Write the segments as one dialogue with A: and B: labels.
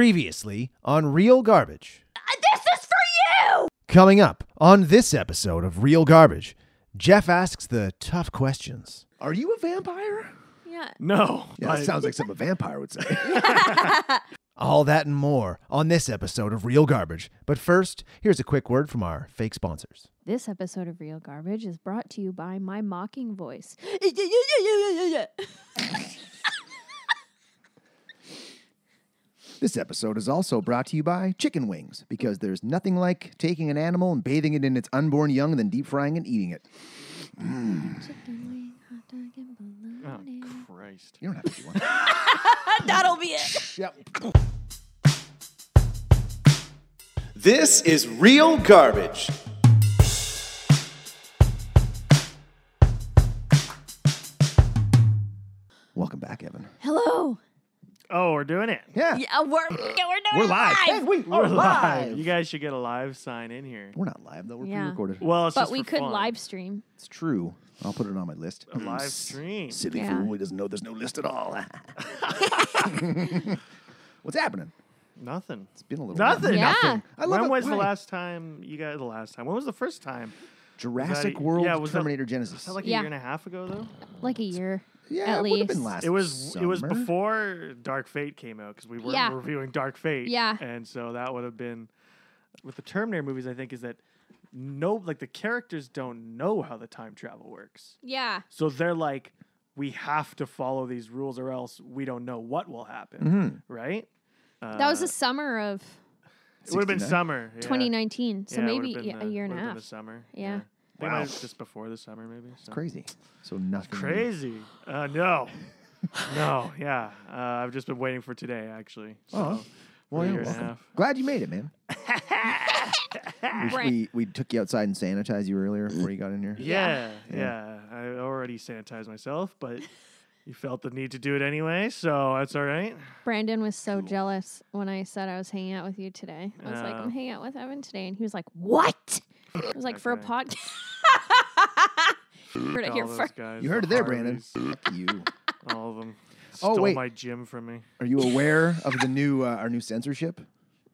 A: Previously on Real Garbage.
B: Uh, This is for you!
A: Coming up on this episode of Real Garbage, Jeff asks the tough questions. Are you a vampire?
B: Yeah.
C: No.
A: Yeah, that
C: I-
A: sounds like something a vampire would say. All that and more on this episode of Real Garbage. But first, here's a quick word from our fake sponsors.
B: This episode of Real Garbage is brought to you by my mocking voice.
A: This episode is also brought to you by Chicken Wings, because there's nothing like taking an animal and bathing it in its unborn young and then deep frying and eating it.
C: Oh, Christ.
A: You don't have to do one.
B: That'll be it.
A: This is Real Garbage. Welcome back, Evan.
B: Hello.
C: Oh, we're doing it.
A: Yeah.
B: Yeah, we're, yeah, we're doing
C: We're
B: it
C: live.
A: Hey, we
C: We're
A: are live.
C: You guys should get a live sign in here.
A: We're not live, though. We're
B: Yeah.
A: pre-recorded.
C: Well, it's
B: But
C: just
B: we
C: for
B: could
C: fun.
B: live stream.
A: It's true. I'll put it on my list.
C: a live stream.
A: Silly
B: Yeah.
A: fool. He doesn't know there's no list at all. What's happening?
C: Nothing.
A: It's been a little
C: Nothing.
A: while.
B: Yeah.
A: Nothing. I love
C: when
A: it.
C: was the
A: Why?
C: last time you guys? The last time. When was the first time?
A: Jurassic
C: that-
A: World
C: yeah, was that-
A: Terminator
C: Was
A: Genesis?
C: that like a
B: Yeah.
C: year and a half ago though?
B: Like a year.
A: yeah,
B: at
A: it would have been
B: least.
A: last
C: It was. It was
A: summer.
C: before Dark Fate came out because we were
B: Yeah.
C: reviewing Dark Fate.
B: Yeah.
C: And so that would have been with the Terminator movies. I think is that no, like the characters don't know how the time travel works.
B: Yeah.
C: So they're like, we have to follow these rules or else we don't know what will
A: Mhm.
C: happen, right?
B: That was
C: Uh,
B: the summer of
C: it would have been
A: 69?
C: summer. yeah.
B: 2019. So
C: Yeah, it would've
B: maybe
C: been
B: yeah, a
C: the-
B: year and a
C: would've been
B: half.
C: The summer.
B: Yeah.
C: They
A: Wow.
C: might have just before the summer, maybe. so.
A: Crazy. So nothing.
C: Crazy. Uh, no. no. Yeah. Uh, I've just been waiting for today, actually. So.
A: Oh. Well,
C: for a
A: yeah,
C: year and a
A: welcome.
C: half.
A: Glad you made it, man. We-
B: Right.
A: we, we took you outside and sanitized you earlier before you got in here.
C: Yeah,
A: Yeah.
C: yeah. I already sanitized myself, but you felt the need to do it anyway, so that's all right.
B: Brandon was so jealous when I said I was hanging out with you today. I was like,
C: Oh.
B: I'm hanging out with Evan today. And he was like, What? I was like, For a
C: Okay.
B: podcast. Heard it here
C: All those
B: first.
C: guys,
A: You
C: the
A: heard it there, Brandon.
C: Harveys.
A: Fuck you.
C: All of them.
A: Oh,
C: Stole
A: wait.
C: my gym from me.
A: Are you aware of the new uh, our new censorship?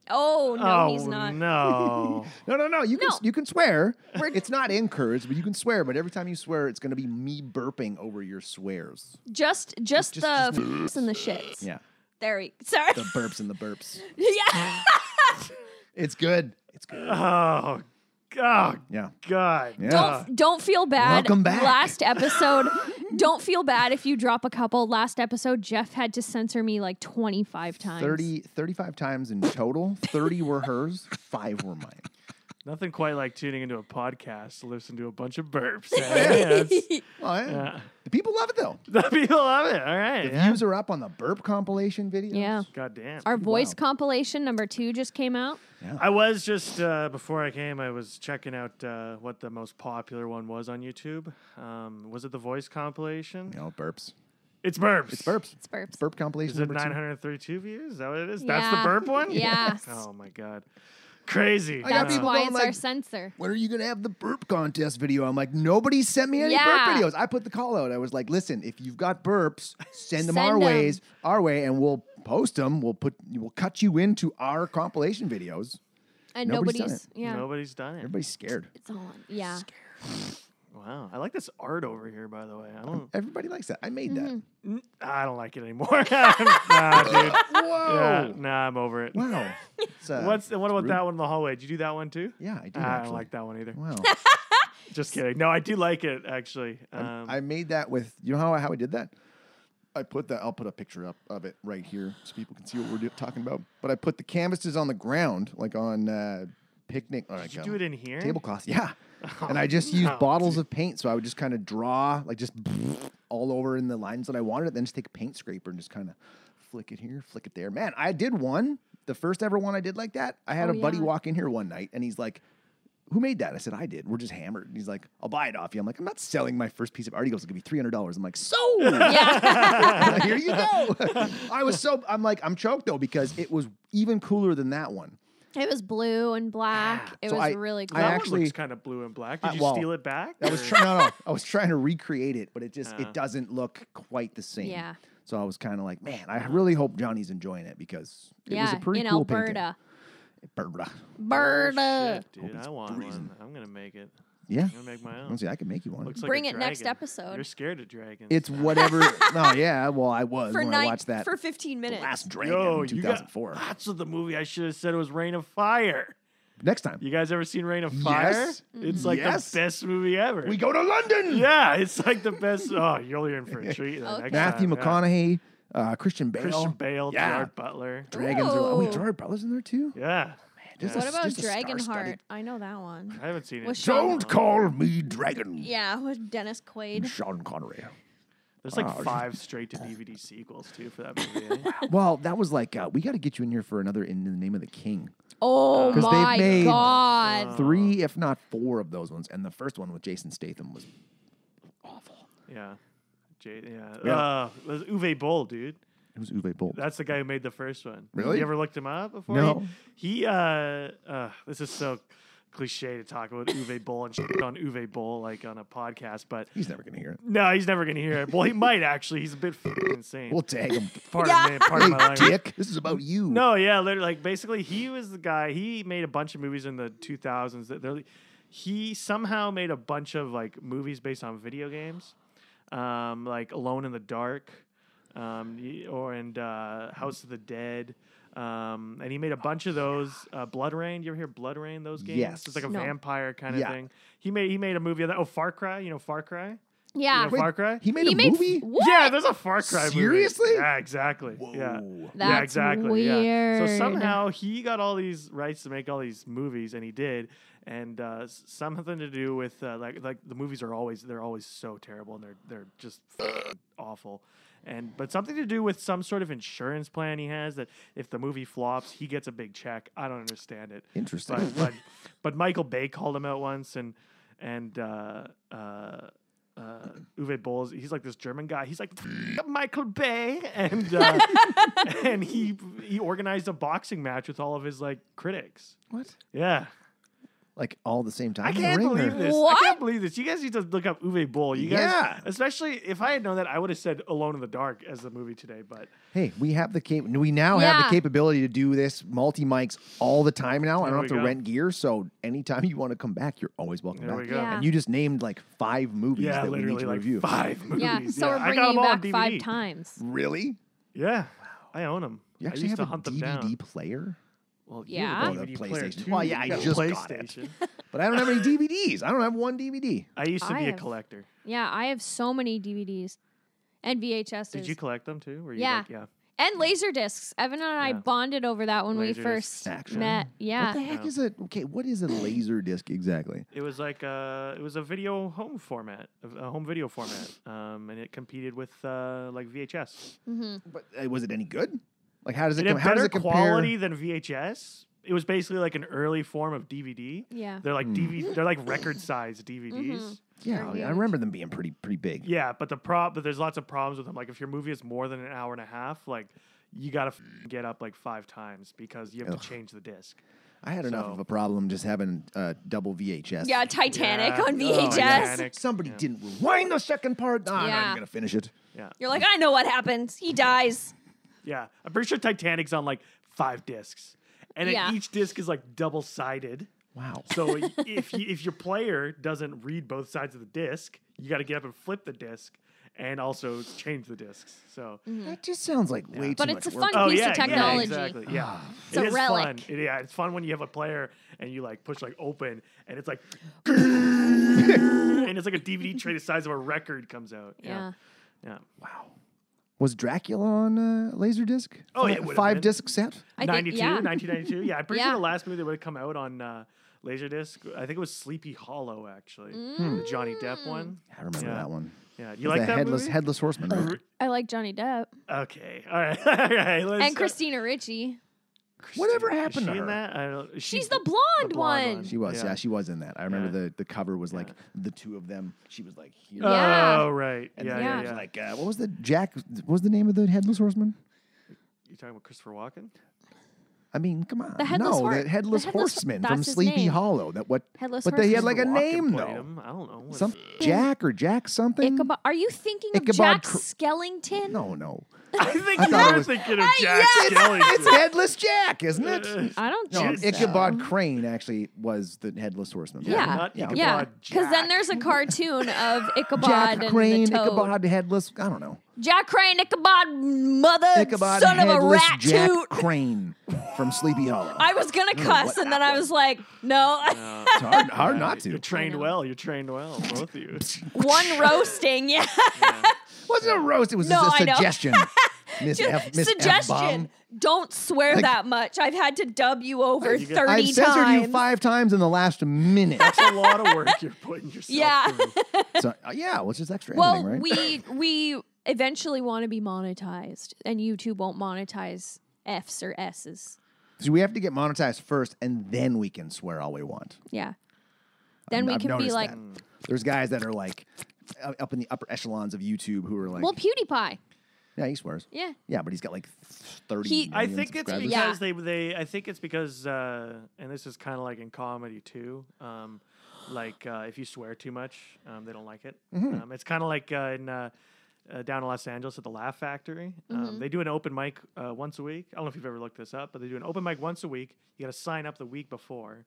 B: Oh, no,
C: oh,
B: he's not.
C: no.
A: No, no, no. You can
B: No.
A: you can swear.
B: We're-
A: It's not encouraged, but you can swear. But every time you swear, it's going to be me burping over your swears.
B: Just,
A: Just-
B: just, the
A: just-
B: f***s and the shits.
A: Yeah,
B: There we Sorry.
A: the burps and the burps.
B: yeah.
A: It's good. It's good.
C: oh, God.
A: Yeah.
C: God.
A: Yeah.
C: Uh,
B: Don't, don't feel bad.
A: Welcome back.
B: Last episode, don't feel bad if you drop a couple. Last episode, Jeff had to censor me like 25 times.
A: 30, 35 times in total. 30 were hers, five were mine.
C: Nothing quite like tuning into a podcast to listen to a bunch of burps. yeah, that's-
A: Oh, yeah.
C: yeah.
A: The people love it, though.
C: People love it. All right.
A: The
C: yeah.
A: views are up on the burp compilation videos.
B: Yeah.
C: God damn.
B: Our voice compilation number two just came out.
C: I was just, uh, before I came, I was checking out uh, what the most popular one was on YouTube. Um, was it the voice compilation?
A: You know, burps.
C: It's burps.
A: It's burps.
B: It's burps.
A: Burp compilation
C: Is it
A: number two.
C: 932 views? Is that what it is? That's
B: Yeah.
C: the burp one?
B: Yes.
C: Oh, my God. Crazy. Uh,
A: I got
B: That's
A: people
B: why
A: going
B: it's our
A: like-
B: censor.
A: when are you gonna have the burp contest video? I'm like, nobody sent me any
B: Yeah.
A: burp videos. I put the call out. I was like, listen, if you've got burps, send them our
B: Send 'em.
A: ways, our way, and we'll post them. We'll put, we'll cut you into our compilation videos.
B: And
A: Nobody's
B: nobody's,
A: done
B: yeah.
C: Nobody's done it.
A: Everybody's scared.
B: It's all on. Yeah.
C: Wow, I like this art over here. By the way, I don't,
A: Everybody likes that. I made that.
C: n- I don't like it anymore. nah, dude.
A: Whoa!
C: Yeah, nah, I'm over it.
A: Wow. It's, uh,
C: What's what about
A: rude.
C: that one in the hallway? Did you do that one too?
A: Yeah, I do.
C: Ah, I
A: actually.
C: don't like that one either.
A: Wow.
C: Just kidding. No, I do like it actually. Um,
A: I made that with. You know how I, how I did that? I put that. I'll put a picture up of it right here so people can see what we're do- talking about. But I put the canvases on the ground, like on uh, picnic. Or
C: did you do it in here?
A: tablecloth? Yeah.
B: Oh,
A: and I just used
C: no,
A: bottles of paint, so I would just kind of draw, like just all over in the lines that I wanted. Then just take a paint scraper and just kind of flick it here, flick it there. Man, I did one. The first ever one I did like that. I had
B: Oh,
A: a buddy
B: yeah.
A: walk in here one night, and he's like, who made that? I said, I did. We're just hammered. And he's like, I'll buy it off you. I'm like, I'm not selling my first piece of art. He goes, it'll be $300. I'm like, so here you go. I was so, I'm like, I'm choked though, because it was even cooler than that one.
B: It was blue and black. It
A: Ah. So
B: was
A: I-
B: really cool.
C: That
A: I
C: one
A: actually-
C: looks kind of blue and black. Did
A: Uh,
C: you
A: well,
C: steal it back?
A: I was
C: or-
A: trying, no, no, I was trying to recreate it, but it just,
C: Uh.
A: it doesn't look quite the same.
B: yeah. Uh-huh.
A: So I was kind of like, man, I really hope Johnny's enjoying it because it was
B: yeah,
A: a pretty
B: in
A: cool
B: Alberta.
A: painting. Alberta.
C: Oh,
B: Alberta.
C: shit, dude,
A: it's
C: I want
A: freezing.
C: one. I'm gonna make it.
A: Yeah.
C: I'm gonna make my own.
A: Honestly, I could make you one.
C: Looks like
B: Bring
C: a
B: it next
C: dragon.
B: episode.
C: You're scared of dragons.
A: it's whatever. no, yeah. Well, I was
B: For
A: when I
B: nine,
A: watched that
B: for 15 minutes.
A: Last Dragon
C: Yo,
A: in
C: you got
A: 2004.
C: lots of the movie. I should have said it was Rain of Fire.
A: Next time
C: You guys ever seen Rain of Fire?
A: Yes. Mm-hmm.
C: It's like
A: Yes.
C: the best movie ever.
A: we go to London.
C: yeah, it's like the best. Oh, you're in for a treat. then
B: Okay.
C: next
A: Matthew
C: time, yeah.
A: McConaughey, uh, Christian Bale,
C: Christian Bale,
A: Yeah.
C: Gerard Butler.
A: Dragons. Are, oh, wait,
B: Ooh.
A: Gerard Butler's in there too.
C: Yeah.
A: Just
B: what
A: a-
B: about
A: just a star-studded-
B: Dragonheart? I know that one.
C: I haven't seen it.
B: Was Sean-
A: Don't call me Dragon.
B: Yeah, with Dennis Quaid.
A: Sean Connery.
C: There's like
A: Wow.
C: five straight to DVD sequels too for that movie. eh?
A: Well, that was like uh, we got to get you in here for another in the name of the king.
B: Oh
C: Uh,
A: 'Cause they've
B: my
A: made-
B: god.
C: Oh.
A: Three, if not four, of those ones, and the first one with Jason Statham was awful.
C: yeah. J- yeah.
A: Yeah.
C: Uh, it was Uwe Boll, dude.
A: It was Uwe Boll.
C: That's the guy who made the first one.
A: Really?
C: You ever looked him up before?
A: No.
C: He, he uh, uh, this is so cliche to talk about Uwe Boll and shit on Uwe Boll like on a podcast, but
A: He's never gonna hear it.
C: no, he's never gonna hear it. Well, he might actually. He's a bit fucking insane.
A: We'll tag him.
C: pardon me, pardon my language.
A: Dick, this is about you.
C: No, yeah, literally, like basically, he was the guy. He made a bunch of movies in the 2000s. That they're, he somehow made a bunch of like movies based on video games, um, like Alone in the Dark, um, y- or and uh, House of the Dead. Um, and he made a bunch of those uh, Blood Rain. You ever hear Blood Rain? Those games.
A: Oh, Yes.
C: It's like a
B: No.
C: vampire kind of
A: Yeah.
C: thing. He made he made a movie of that. Oh, Far Cry. You know Far Cry.
B: Yeah.
C: You know, Far Cry.
A: He made
B: he
A: a
B: made
A: movie.
B: what?
C: Yeah, there's a Far Cry. movie.
A: Seriously?
C: Yeah, exactly. Yeah.
A: Whoa.
C: yeah,
B: That's
C: exactly. Yeah.
B: Weird.
C: So somehow he got all these rights to make all these movies, and he did. And uh, s- something to do with uh, like like the movies are always they're always so terrible and they're they're just fucking awful. And but something to do with some sort of insurance plan he has that if the movie flops, he gets a big check. I don't understand it.
A: Interesting.
C: But but, but Michael Bay called him out once, and and uh, uh, uh, Uwe Boll, is- he's like this German guy. He's like "F- Michael Bay, and uh, and he he organized a boxing match with all of his like critics.
A: What?
C: Yeah,
A: Like all the same time?
C: I
A: in the
C: can't
A: ring,
C: believe
A: or-
C: this. I
B: What?
C: can't believe this. You guys need to look up Uwe Boll. You guys,
A: Yeah.
C: especially if I had known that, I would have said Alone in the Dark as the movie today. But
A: Hey, we have the cap- we now have
B: Yeah.
A: the capability to do this multi mics all the time now. I
C: There
A: don't
C: we
A: have to
C: go.
A: rent gear, so anytime you want to come back, you're always welcome
C: there
A: back.
C: we go.
B: Yeah.
A: And you just named like five movies
C: Yeah,
A: that we need
C: literally
A: to
C: like
A: review.
C: five movies.
B: Yeah, so
C: I
B: we're
C: got
B: bringing
C: them
B: you
C: all on
B: back five
C: DVD.
B: times.
A: Really?
C: Yeah, I own them.
A: You
C: I
A: actually
C: used
A: have
C: to
A: a
C: hunt them down.
A: DVD player?
C: Well,
B: you have a
A: Yeah. DVD player, too. Well, yeah, I just got it. But I don't have any DVDs. I don't have one DVD.
C: I used to
B: I
C: be a
B: have-
C: collector.
B: Yeah, I have so many DVDs and VHSs.
C: Did you collect them too? Were you
B: Yeah.
C: Like, yeah.
B: and laser discs. Evan and I
C: Yeah.
B: bonded over that when
C: Laserdiscs.
B: we first
A: Action.
B: met.
A: What the
B: Yeah.
A: heck
C: Yeah.
A: is a okay? What is a laser disc exactly?
C: It was like uh, it was a video home format, a- a home video format, um, and it competed with uh, like VHS.
B: hmm
A: But uh, was it any good? Like how does it?
C: It had
A: Com- how does
C: better
A: it compare?
C: quality than VHS. It was basically like an early form of DVD.
B: Yeah.
C: They're like
A: Mm.
C: DVD. They're like record size DVDs.
B: Mhm.
A: Yeah,
B: Very
A: I
B: good.
A: remember them being pretty pretty big.
C: Yeah, but the prob but there's lots of problems with them. Like if your movie is more than an hour and a half, like you gotta f- get up like five times because you have
A: Ugh.
C: to change the disc.
A: I had enough
C: So- Oh,
A: of a problem just having uh, double VHS.
B: Yeah, Titanic
C: Yeah.
B: on
C: Oh,
B: VHS.
C: Titanic.
A: Somebody
C: Yeah.
A: didn't rewind the second part. Nah, I'm not
B: Yeah.
A: even gonna finish it.
C: Yeah,
B: You're like, I know what happens. He dies.
C: yeah. I'm pretty sure Titanic's on like five discs, and then
B: Yeah.
C: each disc is like double sided.
A: Wow.
C: So i- if you, if your player doesn't read both sides of the disc, you got to get up and flip the disc, and also change the discs. So
A: That just sounds like way too
B: But
A: much
B: it's a
A: work.
B: fun- piece of
C: Oh, yeah,
B: technology.
C: Yeah, exactly. Yeah.
A: Ah.
B: It's a
C: is
B: relic.
C: fun. It- yeah, it's fun when you have a player and you like push like open and it's like and it's like a DVD tray the size of a record comes out.
B: Yeah.
C: Yeah.
A: Wow. Was Dracula on uh, Laserdisc?
C: Oh,
A: Fi-
C: it would've
A: five
C: been.
A: disc set.
B: I think-
C: 92,
B: yeah.
C: 1992. Yeah, I'm pretty sure
B: Yeah.
C: the last movie that would have come out on uh, Laserdisc, I think it was Sleepy Hollow actually.
B: Mm.
C: The Johnny Depp one.
A: I remember
C: Yeah.
A: that one.
C: Yeah. You
A: With
C: like
A: the
C: that
A: headless
C: movie?
A: headless horseman. right?
B: I like Johnny Depp
C: Okay. All right. All right. Let's, uh,
B: and Christina Ricci.
A: Whatever
C: Is
A: happened to
C: she in
A: her?
C: that? I don't, is she
B: She's
C: bl-
B: the blonde,
C: blonde
B: one.
C: one.
A: She was, yeah.
C: Yeah.
A: she was in that. I remember
C: Yeah.
A: the the cover was like the two of them. She was like here,
B: Yeah.
C: Oh right.
A: and
C: yeah,
A: then
C: yeah,
A: it was
C: yeah.
A: like uh, what was the Jack? What was the name of the headless horseman?
C: You talking about Christopher Walken?
A: I mean, come on.
B: The Headless
A: no,
B: Hor-
A: the headless
B: the Headless-
A: horseman from
B: that's his
A: Sleepy
B: name.
A: Hollow. That what?
B: Headless
A: but they had
B: Horseman.
A: like a
C: Walken
A: name
C: played
A: though.
C: him. I don't know. what-
A: Some Jack or Jack something.
B: Ichabod. Are you thinking
A: Ichabod
B: of Jack
A: Cr-
B: Skellington?
A: No, no.
C: I think
A: I
C: you
A: thought it
C: were
A: was-
C: thinking of
B: I-
C: Jack
B: yes!
A: It's
C: Skellington.
A: headless Jack, isn't
C: Uh,
A: it?
B: I don't
A: No,
B: think so.
A: Ichabod Crane actually was the headless horseman.
B: Yeah.
C: Not Ichabod
B: Yeah, because then
C: Jack.
B: there's a cartoon of Ichabod
A: Jack
B: and
A: Crane,
B: the toad.
A: Ichabod headless. I don't know.
B: Jack Crane, Ichabod, mother,
A: Ichabod
B: son of a
A: headless
B: rat
A: Jack
B: toot.
A: Crane from Sleepy Hollow.
B: I was gonna cuss, and then I was like, no.
A: it's hard, hard not to.
C: You're trained
B: know.
C: well. You're trained well, both of you.
B: One roasting, yeah.
A: wasn't a roast. It was
B: No,
A: just
B: I
A: a
B: know.
A: suggestion. Miss F, Miss
B: Suggestion:
A: F-bomb.
B: Don't swear
A: Like-
B: that much. I've had to dub you over
C: You got-
B: thirty
A: I've censored
B: times.
A: you five times in the last minute.
C: It's a lot of work you're putting yourself
B: Yeah.
C: through.
A: so, uh, yeah, which is extra
B: well,
A: editing, right?
B: we we eventually want to be monetized, and YouTube won't monetize Fs or S's.
A: so we have to get monetized first, and then we can swear all we want.
B: Yeah. Then we
A: I've
B: can be
A: noticed
B: like,
A: that. there's guys that are like uh, up in the upper echelons of YouTube who are like,
B: well, PewDiePie.
A: yeah, he swears.
B: Yeah.
A: Yeah, but he's got like thirty.
B: He-
C: I
A: million
C: think it's
A: subscribers.
C: because
B: Yeah.
C: they they I think it's because uh, and this is kind of like in comedy too. Um, like uh, if you swear too much, um, they don't like it.
A: Mm-hmm.
C: Um, it's kind of like uh, in uh, uh, down in Los Angeles at the Laugh Factory. Um, they do an open mic uh, once a week. I don't know if you've ever looked this up, but they do an open mic once a week. You got to sign up the week before.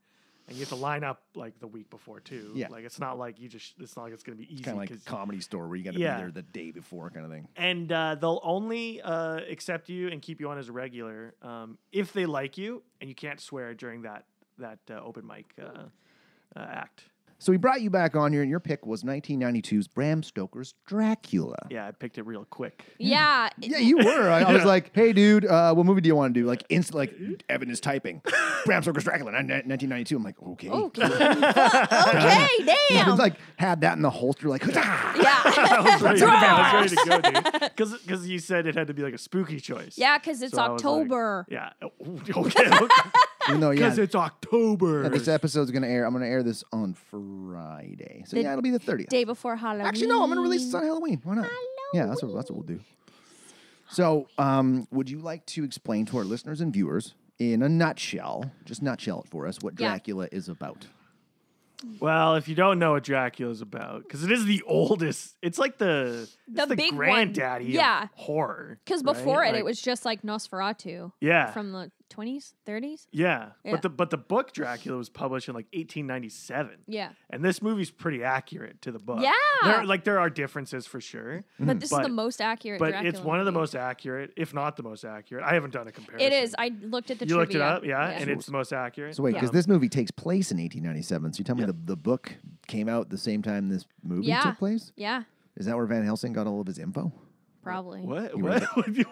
C: And you have to line up like the week before too.
A: Yeah.
C: Like it's not like you just. It's not like it's gonna be easy.
A: kind of like
C: 'cause-
A: comedy store where you got to
C: Yeah.
A: be there the day before, kind of thing.
C: and uh, they'll only uh, accept you and keep you on as a regular um, if they like you, and you can't swear during that that uh, open mic uh, uh, act.
A: So we brought you back on here, and your pick was 1992's Bram Stoker's Dracula.
C: Yeah, I picked it real quick.
B: Yeah.
A: Yeah, you were. I, I was like, "Hey, dude, uh, what movie do you want to do?" Like, instant. Like, Evan is typing, "Bram Stoker's Dracula," 1992. I'm like, "Okay."
B: Okay. okay.
A: It's
B: Oh, Damn.
A: like had that in the holster, like, "Huzzah!"
B: yeah.
C: I was ready, I was ready to go, dude. Because you said it had to be like a spooky choice.
B: yeah, because it's
C: So I was like-
B: October.
C: Yeah. Oh, Okay.
A: even though yeah,
C: Because it's October.
A: yeah, this episode's gonna air. I'm gonna air this on Friday, so
B: The
A: yeah, it'll be the 30th.
B: Day before Halloween.
A: Actually, no, I'm gonna release this on Halloween. Why not? Yeah, that's what that's what we'll do. So, um, would you like to explain to our listeners and viewers, in a nutshell, just nutshell it for us, what
B: Yeah.
A: Dracula is about?
C: Well, if you don't know what Dracula's about, because it is the oldest, it's like the it's
B: The
C: the
B: big one.
C: granddaddy of
B: Yeah.
C: horror.
B: Because
C: right?
B: before it,
C: Like-
B: it was just like Nosferatu
C: yeah
B: from the 20s, 30s.
C: Yeah.
B: Yeah.
C: But the but the book Dracula was published in like 1897.
B: Yeah.
C: And this movie's pretty accurate to the book.
B: Yeah.
C: There, like there are differences for sure,
A: Mm-hmm.
B: But this is
C: But-
B: the most accurate.
C: but
B: Dracula
C: it's one of the
B: movie.
C: most accurate, if not the most accurate. I haven't done a comparison.
B: It is. I looked at the
C: you
B: trivia.
C: looked it up, yeah, and it's the most accurate.
A: So wait, because
C: Um,
A: this movie takes place in 1897, so you tell me
C: Yeah.
A: the, the book came out the same time this movie
B: Yeah.
A: took place?
B: yeah,
A: Is that where Van Helsing got all of his info?
B: probably.
C: what
A: You
C: what would you-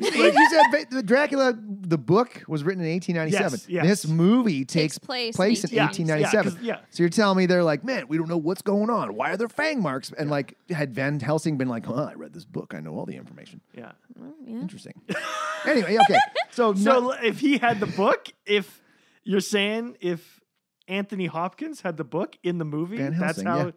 A: Like you said, Va- the Dracula, the book was written in 1897.
C: Yes, yes.
A: This movie takes,
B: place in
A: place in 1897.
C: 1897. Yeah, yeah, 'cause- yeah.
A: So you're telling me they're like, man, we don't know what's going on. Why are there fang marks? And like, had Van Helsing been like, huh, I read this book, I know all the information.
B: Hmm?
C: yeah.
B: Yeah.
A: Interesting. anyway, okay. So,
C: So
A: no,
C: l- if he had the book, if you're saying if Anthony Hopkins had the book in the movie,
A: Van
C: that's
A: Helsing,
C: how
A: yeah.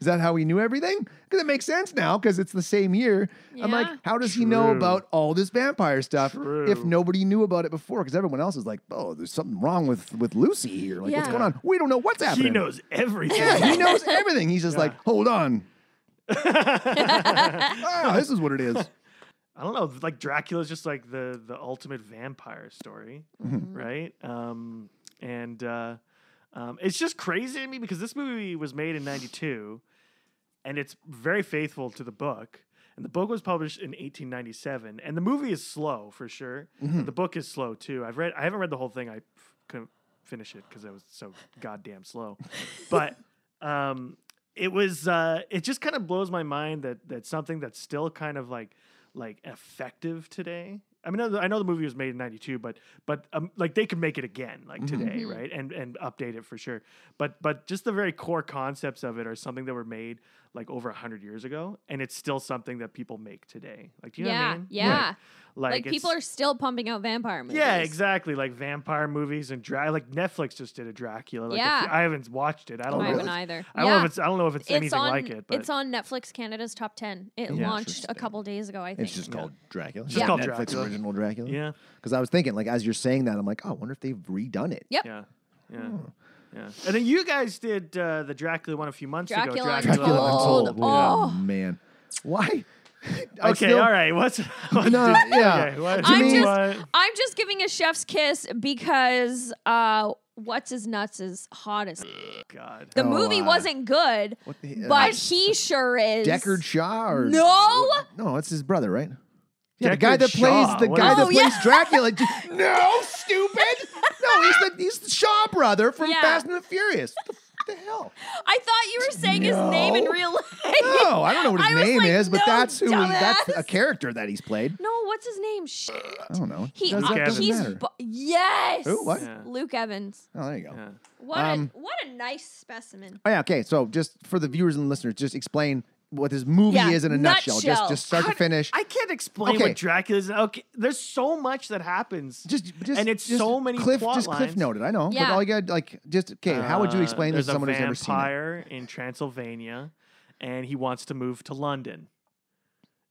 A: is that how he knew everything? Because it makes sense now because it's the same year. I'm like,
B: Yeah.
A: how does he know
C: True.
A: about all this vampire stuff if
C: True.
A: nobody knew about it before? Because everyone else is like, oh, there's something wrong with with Lucy here. Like, what's
B: Yeah.
A: going on? We don't know what's happening.
C: he knows everything.
A: Yeah, he knows everything. He's just
C: Yeah.
A: like, hold on. ah, this is what it is.
C: I don't know. Like Dracula's just like the the ultimate vampire story, right? Um, and uh, um, it's just crazy to me because this movie was made in '92, and it's very faithful to the book. And the book was published in 1897, and the movie is slow for sure. but The book is slow too. I've read. I haven't read the whole thing. I f- couldn't finish it because it was so goddamn slow. but um, it was. Uh, it just kind of blows my mind that that something that's still kind of like like effective today. I mean, I know the- I know the movie was made in '92, but but um, like they could make it again, like
B: Mm-hmm.
C: today, right? And and update it for sure. But but just the very core concepts of it are something that were made like over hundred years ago, and it's still something that people make today. Like, do you know what
B: yeah,
C: I mean?
B: yeah.
C: Like,
B: Like,
C: it's-
B: people are still pumping out vampire movies.
C: Yeah, exactly. Like vampire movies and dra- like Netflix just did a Dracula. Like a
B: Yeah.
C: few- I haven't watched it. I
A: Oh,
B: I
C: don't know.
A: really?
B: haven't
C: if-
B: either.
C: I don't
B: yeah.
C: know if it's. I don't know if it's, anything
B: on,
C: like it. But
B: it's on Netflix Canada's top ten. It
C: Yeah.
B: launched a
A: Interesting.
B: couple days ago, I think.
A: It's just called Dracula.
C: just called
A: Netflix
C: Dracula.
A: original Dracula.
C: yeah,
A: Because I was thinking, like, as you're saying that, I'm like, oh, I wonder if they've redone it.
B: Yep.
C: yeah, yeah, yeah. And then you guys did uh, the Dracula one a few months ago.
B: Dracula
A: Dracula
B: Untold.
A: Untold.
B: Oh.
A: man, why? I
C: Okay,
A: still-
C: all right. What's, what's
A: No,
C: the-
A: yeah.
C: okay, what-
A: To
B: I'm
A: me-
B: just
C: what-
B: I'm just giving a chef's kiss because uh what's his nuts is hot as
C: God.
B: the
A: Oh,
B: movie
A: uh,
B: wasn't good,
A: What the? uh,
B: but he sure is.
A: Deckard Shaw? Or
B: No!
A: no, it's his brother, right? Yeah, the
C: Deckard
A: guy that
C: Shaw,
A: plays the
C: what
A: guy
C: is-
A: that
B: Oh,
A: plays
B: yeah.
A: Dracula. J- no, stupid. No, he's the he's the Shaw brother from
B: Yeah.
A: Fast and the Furious. What the, f- the hell?
B: I thought you were saying his name in
A: No.
B: real life.
A: No, I don't know what
B: I
A: his
B: was
A: name
B: like,
A: is, but
B: "No,
A: that's who that's a
B: dumbass."
A: character that he's played.
B: No, what's his name? Shit.
A: I don't know.
B: He,
A: Does-
B: uh,
A: that doesn't
B: he's
A: matter.
B: bu- yes.
A: Who? What?
C: Yeah.
B: Luke Evans.
A: Oh, there you go.
C: Yeah.
B: What
A: Um,
B: a what a nice specimen.
A: Oh yeah, okay. So just for the viewers and listeners, just explain what this movie
B: Yeah,
A: is in a nutshell.
B: nutshell.
A: Just just start to
C: God,
A: finish.
C: I can't explain
A: Okay.
C: what Dracula is. Okay, there's so much that happens.
A: just, just
C: and it's
A: just
C: so many
A: cliff
C: plot
A: just cliff
C: lines.
A: noted. I know.
B: Yeah.
A: But all you got like just okay, how would you
C: Uh,
A: explain this to
C: there's
A: someone
C: a
A: who's never seen it?
C: vampire in Transylvania, and he wants to move to London.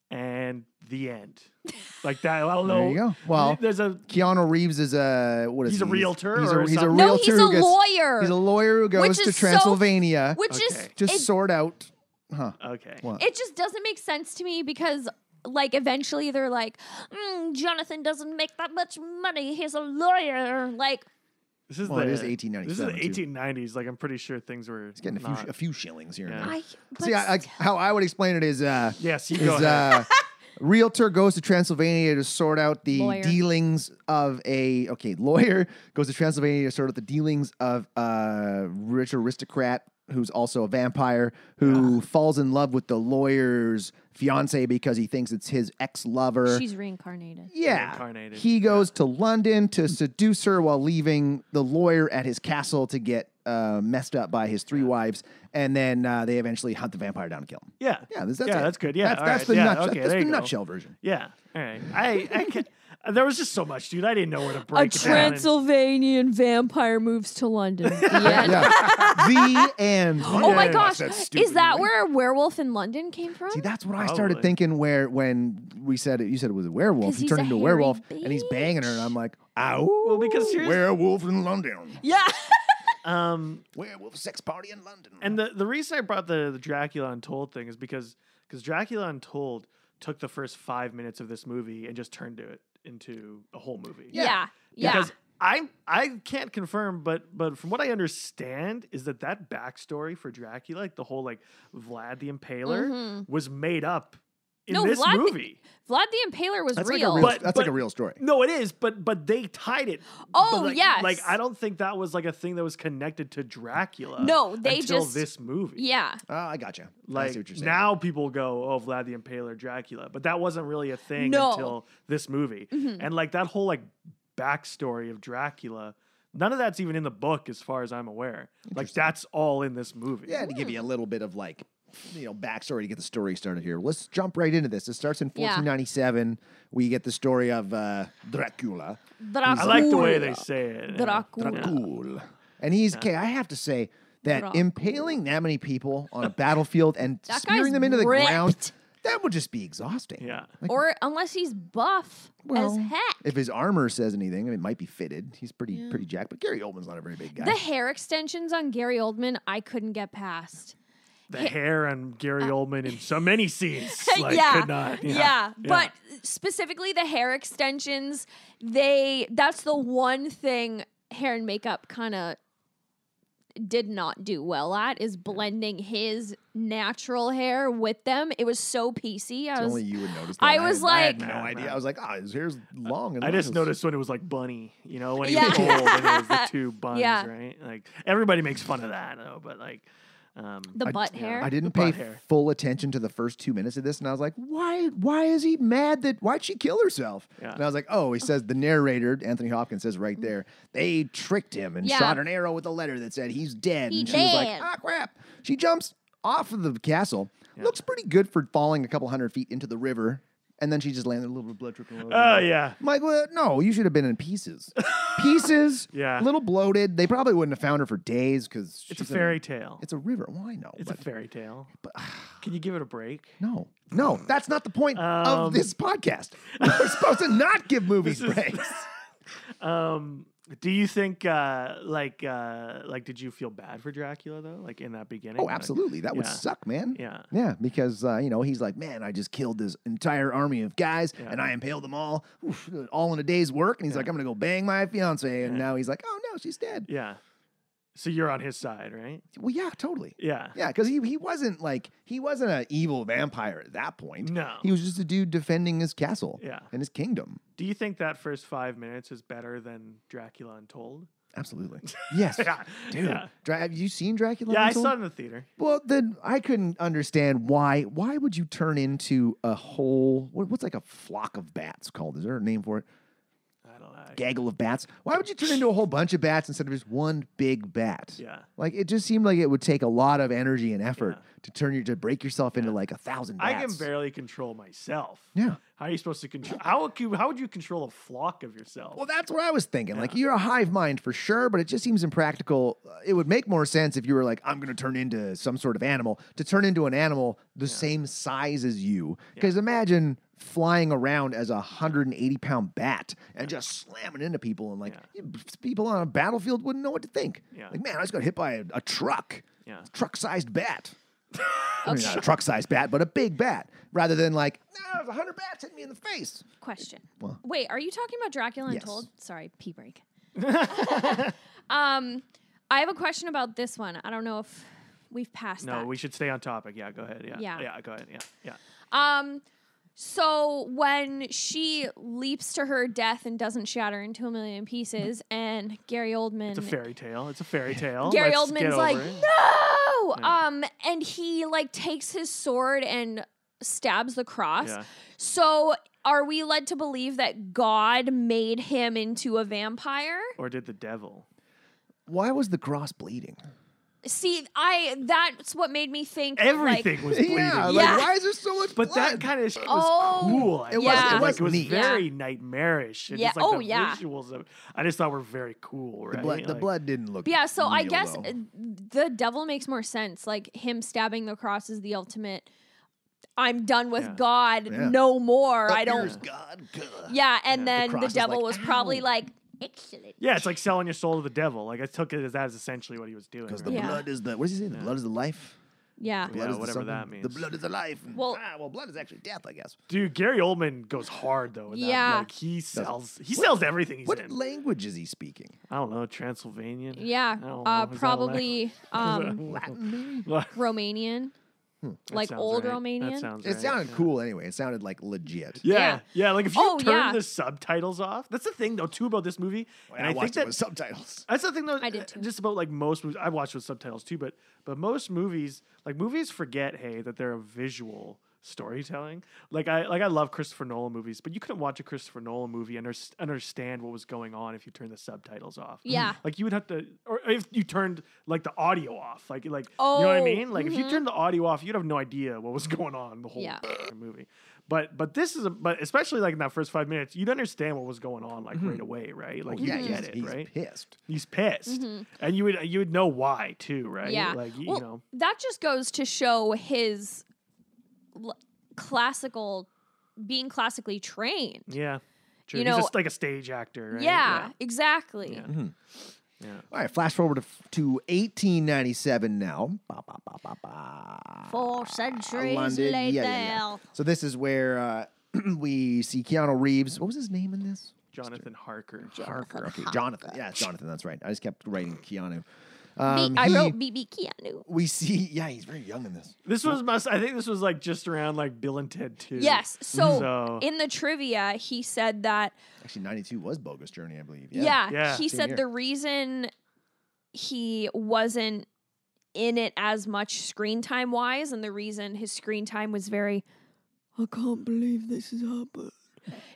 C: And the end, like that. I don't know.
A: There you go. Well,
C: there's a
A: Keanu Reeves is a what is
C: He's
A: he?
C: a realtor
A: He's
C: or
A: a, he's a
C: something?
B: No,
A: realtor
B: he's a
A: who gets-
B: lawyer.
A: He's a lawyer who goes to
B: is so-
A: Transylvania.
B: which is
C: Okay.
A: just
B: it,
A: sort out. Huh.
C: okay.
A: What?
B: it just doesn't make sense to me because like eventually they're like, mm, Jonathan doesn't make that much money. He's a lawyer. Like
C: This is
A: Well,
C: the
A: it is
C: This is the
A: 1897 too.
C: 1890s. Like I'm pretty sure things were.
A: He's getting a few
C: not-
A: a few shillings here. and
C: Yeah.
A: there.
B: I but
A: See, I, like how I would explain it is uh
C: Yes, you
A: is
C: go ahead.
A: uh realtor goes to Transylvania to sort out the
B: Lawyer.
A: dealings of a okay, lawyer goes to Transylvania to sort out the dealings of a rich aristocrat who's also a vampire who falls in love with the lawyer's fiance because he thinks it's his ex-lover.
B: she's reincarnated.
A: Yeah.
C: Reincarnated,
A: He goes to London to seduce her while leaving the lawyer at his castle to get uh, messed up by his three wives. And then uh, they eventually hunt the vampire down and kill him.
C: yeah.
A: Yeah, this, that's
C: yeah.
A: it.
C: That's good. Yeah.
A: That's,
C: all
A: that's
C: right,
A: the,
C: yeah,
A: nutshell,
C: Okay.
A: that's
C: there
A: the
C: you go.
A: nutshell version.
C: Yeah. All right. I. I can, there was just so much, dude. I didn't know where to break
B: A
C: it down. and-
B: Transylvanian vampire moves to London. The end.
A: Yeah. the end.
B: Oh my
C: Yeah.
B: gosh.
A: That's
B: Is
A: stupid,
B: that
A: right?
B: where werewolf in London came from?
A: See, that's what I started
C: Probably.
A: thinking. Where when we said it, you said it was a werewolf.
B: 'Cause
A: He
B: he's
A: turned
B: a
A: into a
B: hairy
A: werewolf, and he's
B: bitch.
A: banging her, and I'm like, ow!
C: Well, because here's-
A: werewolf in London,
B: yeah.
C: um.
A: werewolf sex party in London,
C: And the, the reason I brought the, the Dracula Untold thing is because because Dracula Untold took the first five minutes of this movie and just turned it into a whole movie.
A: Yeah.
B: Yeah. Yeah.
C: Because I I can't confirm, but but from what I understand is that that backstory for Dracula, like the whole like Vlad the Impaler,
B: Mhm.
C: was made up in
B: No,
C: this
B: Vlad the-
C: movie.
B: Vlad the Impaler was
A: that's like
B: real.
A: a real.
C: But-
A: that's like a
C: but-
A: real story.
C: No, it is, but but they tied it. but,
B: Oh,
C: like, Like
B: yes.
C: I don't think that was like a thing that was connected to Dracula.
B: No, they
C: until
B: just-
C: this movie.
B: yeah.
A: Oh, I gotcha. I see what you're
C: Like
A: saying.
C: now, people go, "Oh, Vlad the Impaler, Dracula," but that wasn't really a thing
B: No. Mm-hmm.
C: until this movie. And like that whole like backstory of Dracula, none of that's even in the book, as far as I'm aware. Like that's all in this movie.
A: yeah, to give you a little bit of like, you know, backstory to get the story started here. Let's jump right into this. It starts in
B: Yeah.
A: 1497. We get the story of uh, Dracula.
C: I like the way they say it. yeah.
B: Dracula.
A: Dracul. And he's okay. I have to say that
B: Dracul.
A: impaling that many people on a battlefield and
B: That guy's
A: spearing them into the ground,
B: ripped.
A: that would just be exhausting.
C: Yeah.
A: Like,
B: Or unless he's buff as
A: Well,
B: heck.
A: if his armor says anything, I mean, it might be fitted. He's pretty pretty jacked, but Gary Oldman's not a very big guy.
B: The hair extensions on Gary Oldman, I couldn't get past.
C: The hair on Gary Oldman in so many scenes. Like,
B: Uh, yeah.
C: Could not,
B: yeah. But specifically the hair extensions, they that's the one thing hair and makeup kind of did not do well at is blending his natural hair with them. It was so PC. I
A: It's
B: was
A: only you would notice. That.
B: I
A: had-
B: was
A: had
B: like-
A: no idea. I was like, ah, his hair's long. And
C: I just
A: long."
C: noticed when it was like bunny, you know, when he
B: Yeah.
C: was old and it was the two buns,
B: Yeah.
C: right? Like everybody makes fun of that, though, but like, um,
B: the butt hair.
A: I didn't
C: The
A: pay
C: butt hair.
A: full attention to the first two minutes of this, and I was like, "Why? Why is he mad that? Why'd she kill herself?"
C: Yeah.
A: And I was like, "Oh, he says the narrator, Anthony Hopkins, says right there, they tricked him and
B: Yeah.
A: shot an arrow with a letter that said he's dead."
B: He
A: and she was like,
B: dead.
A: "Ah, crap!" She jumps off of the castle. Looks pretty good for falling a couple hundred feet into the river, and then she just landed a little bit of blood trickle. over
C: Oh
A: her.
C: yeah.
A: I'm like, well, no, you should have been in pieces. pieces.
C: Yeah.
A: little bloated. They probably wouldn't have found her for days because
C: It's a fairy tale. It's,
A: It's a river. Well, I know.
C: a
A: but
C: fairy tale. Can you give it a break?
A: no, no, that's not the point
C: Um,
A: of this podcast. We're supposed to not give movies
C: This is-
A: breaks.
C: Um, do you think uh, like uh, like did you feel bad for Dracula though? Like in that beginning?
A: Oh,
C: Like,
A: absolutely. That would
C: yeah.
A: suck, man.
C: yeah.
A: Yeah, because uh, you know he's like, man, I just killed this entire army of guys,
C: Yeah.
A: and I impaled them all, oof, all in a day's work. And he's like, I'm gonna go bang my fiance, and
C: Yeah.
A: now he's like, oh no, she's dead.
C: Yeah. So you're on his side, right?
A: Well, yeah, totally.
C: Yeah.
A: Yeah, because he he wasn't like he wasn't an evil vampire at that point.
C: No.
A: He was just a dude defending his castle
C: Yeah.
A: and his kingdom.
C: Do you think that first five minutes is better than Dracula Untold?
A: Absolutely. Yes.
C: Yeah.
A: Dude,
C: Yeah,
A: Dra- have you seen Dracula?
C: Yeah, I
A: Untold?
C: saw it in the theater.
A: Well, then I couldn't understand why. Why would you turn into a whole? What, what's like a flock of bats called? Is there a name for it?
C: I don't know. I-
A: Gaggle of bats. Why would you turn into a whole bunch of bats instead of just one big bat?
C: Yeah.
A: Like it just seemed like it would take a lot of energy and effort
C: Yeah.
A: to turn you to break yourself into like a thousand
C: I
A: bats.
C: can barely control myself.
A: Yeah.
C: How are you supposed to control? How would you, how would you control a flock of yourself?
A: Well, that's what I was thinking. Like, you're a hive mind for sure, but it just seems impractical. Uh, It would make more sense if you were like, I'm going to turn into some sort of animal, to turn into an animal the same size as you. Because imagine flying around as a 180 pound bat and just slamming into people, and like, you- people on a battlefield wouldn't know what to think.
C: Yeah.
A: Like, man, I just got hit by a, a truck,
C: Yeah.
A: truck sized bat. I mean, not a truck sized bat, but a big bat, rather than like, no, there's 100 bats hitting me in the face.
B: Question.
A: Well-
B: Wait, are you talking about Dracula
A: Yes.
B: Untold? Sorry, pee break. um, I have a question about this one. I don't know if we've passed
C: no,
B: that.
C: we should stay on topic. Yeah, go ahead. Yeah.
B: Yeah.
C: Yeah, go ahead. Yeah. Yeah.
B: um, so when she leaps to her death and doesn't shatter into a million pieces, and Gary Oldman
C: Mm. It's a fairy tale. It's a fairy tale.
B: Gary
C: Let's get
B: Oldman's like,
C: over it.
B: no.
C: Yeah.
B: Um, and he like takes his sword and stabs the cross.
C: Yeah.
B: So are we led to believe that God made him into a vampire?
C: Or did the devil?
A: Why was the cross bleeding?
B: See, I that's what made me think like,
C: Everything was bleeding.
A: Yeah, like,
B: Yeah.
A: why is there so much
C: But
A: blood?
C: that kind of shit was
B: Oh,
C: cool. I
A: It was-
B: it
C: thought. Like,
A: was
C: it was
A: neat.
C: very nightmarish. And
B: Yeah,
C: Just, like,
B: oh,
C: the
B: yeah.
C: Visuals of, I just thought were very cool. Right.
A: the blood, the
C: Like,
A: blood didn't look.
B: yeah, so I
A: real,
B: guess
A: though.
B: uh, the devil makes more sense. Like him stabbing the cross is the ultimate. I'm done with
C: Yeah.
B: God,
A: Yeah.
B: no more. I
A: Here's
B: don't.
A: God. gah.
B: Yeah, and
A: The
B: then the,
A: cross is
B: devil
A: like,
B: was probably
A: "Ow."
B: like, excellent.
C: Yeah, it's like selling your soul to the devil. Like I took it as that is essentially what he was doing.
A: Because
C: right?
A: the
B: Yeah.
A: blood is the. What does he say? The blood is the life.
B: Yeah.
A: Blood
C: Yeah,
A: is the
C: whatever
A: something-
C: that means.
A: The blood is the life. and-
B: Well-
A: ah, well, blood is actually death, I guess.
C: Dude, Gary Oldman goes hard though. in that.
B: Yeah.
C: like, he sells. He sells everything he's
A: What
C: in.
A: language is he speaking?
C: I don't know Transylvanian.
B: Yeah,
C: I don't know,
B: uh,
C: is that a
B: probably um,
A: Latin, maybe.
C: language?
B: Romanian,
A: Hmm.
C: That
B: like
C: sounds
B: old
C: right.
B: Romanian.
C: That sounds
A: It
C: right.
A: sounded cool anyway. It sounded like legit.
C: Yeah, yeah,
B: Yeah.
C: Like if you
B: Oh,
C: turn
B: yeah.
C: the subtitles off, that's the thing though too about this movie. and
A: I,
C: I, think
A: watched it
C: that
A: with subtitles.
C: That's the thing, though.
B: I did
C: uh,
B: too.
C: Just about like most movies, I watched with subtitles too, but but most movies, like movies, forget hey that they're a visual storytelling. Like I like I love Christopher Nolan movies, but you couldn't watch a Christopher Nolan movie and underst- understand what was going on if you turned the subtitles off.
B: Yeah.
C: like you would have to, or if you turned like the audio off, like like you know what I
B: Oh,
C: mean. Like if you
B: mhm.
C: turned the audio off, you'd have no idea what was going on the whole
B: Yeah.
C: movie. But but this is a, but especially like in that first five minutes, you'd understand what was going on like right away, right? Like you
A: Mm-hmm. Oh, yeah,
C: get
A: he's,
C: it,
A: he's
C: right?
A: pissed.
C: He's pissed,
B: Mm-hmm.
C: and you would you would know why too, right?
B: Yeah.
C: like you,
B: well,
C: know,
B: that just goes to show his l- classical, being classically trained.
C: yeah, true.
B: you
C: He's
B: know-
C: just like a stage actor, right?
B: Yeah, exactly.
C: Yeah.
A: All right, flash forward to, f- to 1897 now. Ba, ba, ba, ba, ba.
B: Four
A: Uh,
B: centuries
A: London. Yeah, yeah, yeah. So this is where uh, we see Keanu Reeves. What was his name in this?
C: Jonathan Harker.
A: Harker. Okay, Jonathan. Yeah, it's Jonathan. That's right. I just kept writing Keanu. Um,
B: I
A: he-
B: wrote BB Keanu.
A: We see. Yeah, he's very young in this.
C: This was must. I think this was like just around like Bill and Ted too.
B: Yes. So,
C: So-
B: in the trivia, he said that,
A: Actually, 92 was Bogus Journey, I believe.
B: yeah,
C: Yeah.
B: he
A: Same
B: said
A: here.
B: the reason he wasn't in it as much screen time wise and the reason his screen time was very, I can't believe this has happened.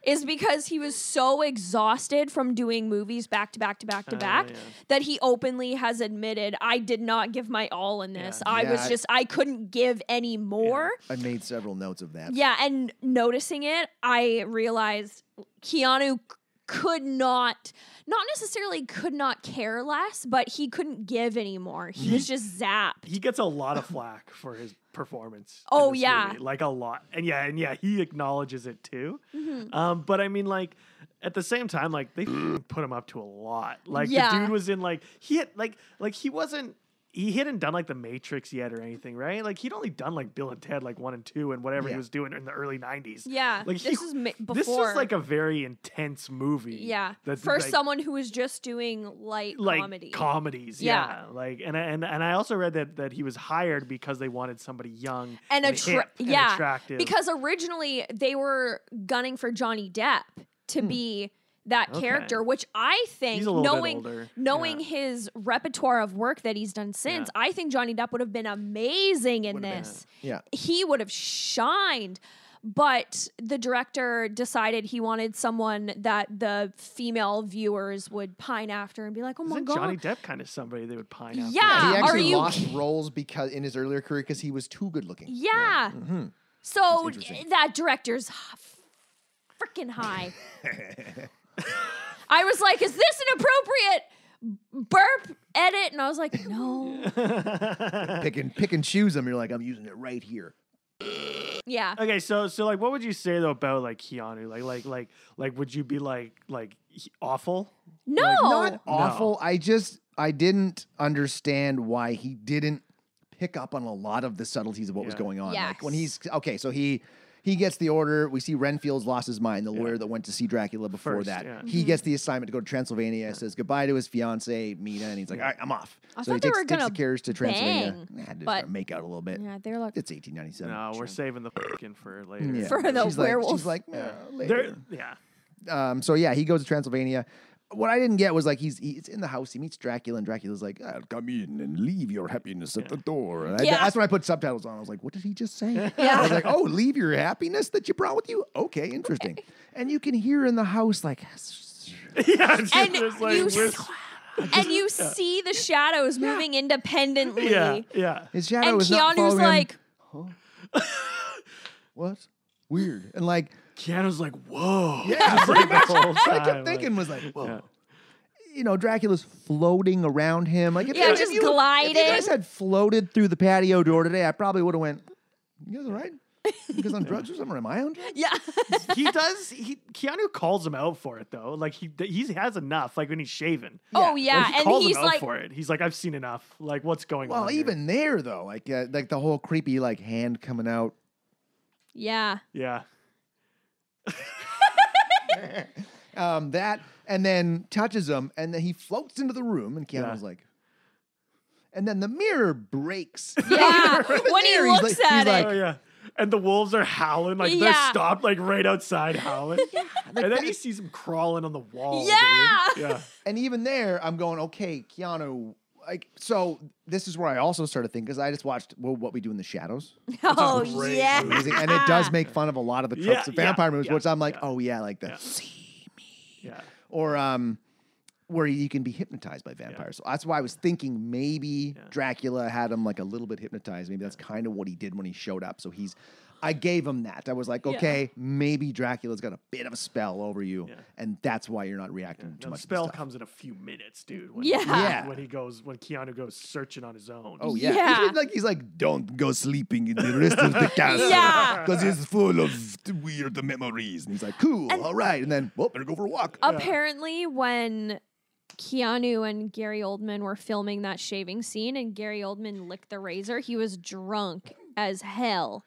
B: is because he was so exhausted from doing movies back to back to back to
C: Uh,
B: back
C: yeah.
B: that he openly has admitted, I did not give my all in this.
C: Yeah.
B: I
A: Yeah,
B: was
A: I-
B: just, I couldn't give any more.
A: I made several notes of that.
B: Yeah, and noticing it, I realized Keanu c- could not not necessarily could not care less, but he couldn't give anymore. He was just zapped.
C: He gets a lot of flack for his performance. in
B: Oh,
C: this
B: yeah.
C: movie, like a lot, and yeah, and yeah, he acknowledges it too.
B: Mm-hmm.
C: Um, but I mean, like at the same time, like they f***ing put him up to a lot. Like the
B: Yeah.
C: dude was in like he had like like he wasn't. He hadn't done like The Matrix yet or anything, right? Like he'd only done like Bill and Ted, like one and two, and whatever he
A: Yeah.
C: was doing in the early '90s.
B: Yeah,
C: Like, he-
B: this is mi- before.
C: This was like a very intense movie.
B: yeah
C: that's,
B: for
C: like,
B: someone who was just doing light
C: like
B: comedy.
C: comedies, yeah.
B: Yeah.
C: Like and I- and and I also read that that he was hired because they wanted somebody young
B: and
C: and
B: attra-
C: hip and
B: yeah,
C: attractive.
B: because originally they were gunning for Johnny Depp to be that
C: Hmm. Okay.
B: character, which I think
C: he's a little
B: knowing
C: bit older.
B: knowing
C: yeah.
B: his repertoire of work that he's done since, I think Johnny Depp would have been amazing in
C: Would've been.
B: this.
A: Yeah.
B: He would have shined. But the director decided he wanted someone that the female viewers would pine after and be like, "Oh my
C: Isn't
B: god,
C: Johnny Depp kind of somebody they would pine after?
B: Yeah.
A: He
B: are
A: actually
B: you
A: lost
B: kidding?
A: roles because in his earlier career because he was too good looking.
B: yeah."
A: Mhm.
B: So
A: That's interesting.
B: that director's freaking high. I was like, "Is this an appropriate burp edit?" And I was like, "No,
A: Pick and pick and choose them. You're like, I'm using it right here.
B: yeah."
C: okay, so so like, what would you say though about like Keanu? Like like like like, would you be like like he- awful?
B: No,
A: Not awful. I just I didn't understand why he didn't pick up on a lot of the subtleties of what was
C: Yeah.
A: going on. Like when he's
B: Yes.
A: okay, so he he gets the order. We see Renfield's lost his mind, the lawyer that went to see Dracula before
C: First,
A: that.
C: yeah.
B: Mm-hmm.
A: He gets the assignment to go to Transylvania, says goodbye to his fiance, Mina, and he's like, All right, I'm off.
B: I
A: so he
B: thought they
A: takes,
B: were
A: takes the
B: gonna
A: carriage to Transylvania.
B: bang,
A: Nah, just
B: but-
A: gonna make out a little bit.
B: yeah, they're like,
A: It's 1897.
C: no, we're
A: Sure.
C: saving the fucking for later.
A: Yeah.
B: For the
A: she's like,
B: werewolf.
A: she's like,
C: Yeah.
A: "Nah,
C: There-
A: later."
C: yeah.
A: Um, so yeah, he goes to Transylvania. What I didn't get was like he's he's in the house. He meets Dracula, and Dracula's like, "I'll come in and leave your happiness at the door." And I-
B: Yeah.
A: that's when I put subtitles on. I was like, "What did he just say?"
B: Yeah.
A: I was like, "Oh, leave your happiness that you brought with you." Okay, interesting. And you can hear in the house like,
C: yeah, it's
B: and you,
C: just like,
B: s-
C: with-
B: and you see the shadows moving independently,
C: yeah, yeah.
A: his shadow
B: and
A: is not
B: Keanu's
A: following him.
B: like,
A: "What? Weird." And like,
C: Keanu's like, whoa.
A: yeah, pretty much.
C: whole
A: What I
C: time,
A: kept thinking was like, "Whoa."
C: yeah.
A: you know, Dracula's floating around him. Like, if you-
B: Yeah, just
A: if you, If you guys
B: gliding.
A: had floated through the patio door today, I probably would have went. You guys all right? You guys on drugs or something? Or Am I on drugs?
B: yeah,
C: he does. He Keanu calls him out for it though. Like he he has enough. Like when he's shaven.
B: oh
C: Like,
B: yeah,
C: he
B: and
C: calls
B: he's
C: him out
B: like,
C: for it. He's like, I've seen enough. Like what's going on?
A: Well,
C: here?"
A: even there though, like uh, like the whole creepy like hand coming out.
B: yeah,
C: yeah.
A: Um, that and then touches him, and then he floats into the room, and
C: Yeah.
A: Keanu's like, and then the mirror breaks.
B: yeah.
A: Even
B: when he
A: there, he's
B: looks
A: like-
B: at
A: he's
B: it,
A: like-
C: Oh yeah. And the wolves are howling. Like they're
B: Yeah.
C: stopped. Like right outside howling. and then he sees him crawling on the wall. dude.
B: Yeah.
C: Yeah.
A: And even there, I'm going, okay, Keanu. Like, so this is where I also started thinking because I just watched well, What We Do in the Shadows.
B: oh
C: great
B: yeah,
A: Amazing. and it does make fun of a lot of the
C: Yeah,
A: tropes of
C: yeah,
A: vampire movies,
C: yeah,
A: which I'm like,
C: yeah.
A: oh yeah, like the
C: Yeah. Yeah.
A: or um, where you can be hypnotized by vampires. So that's why I was thinking maybe
C: Yeah.
A: Dracula had him like a little bit hypnotized. Maybe that's kind of what he did when he showed up. So he's, I gave him that. I was like, okay, maybe Dracula's got a bit of a spell over you,
C: Yeah.
A: and that's why you're not reacting
C: Now,
A: too
C: the
A: much. to this
C: spell
A: stuff.
C: comes in a few minutes, dude. When,
B: Yeah.
A: Yeah.
C: When he goes, when Keanu goes searching on his own.
A: Oh yeah,
B: Yeah.
A: Even, like he's like, don't go sleeping in the rest of the castle,
B: Yeah.
A: because it's full of weird memories. And he's like, cool, all right, and then well, better go for a walk.
B: apparently when Keanu and Gary Oldman were filming that shaving scene and Gary Oldman licked the razor, he was drunk as hell.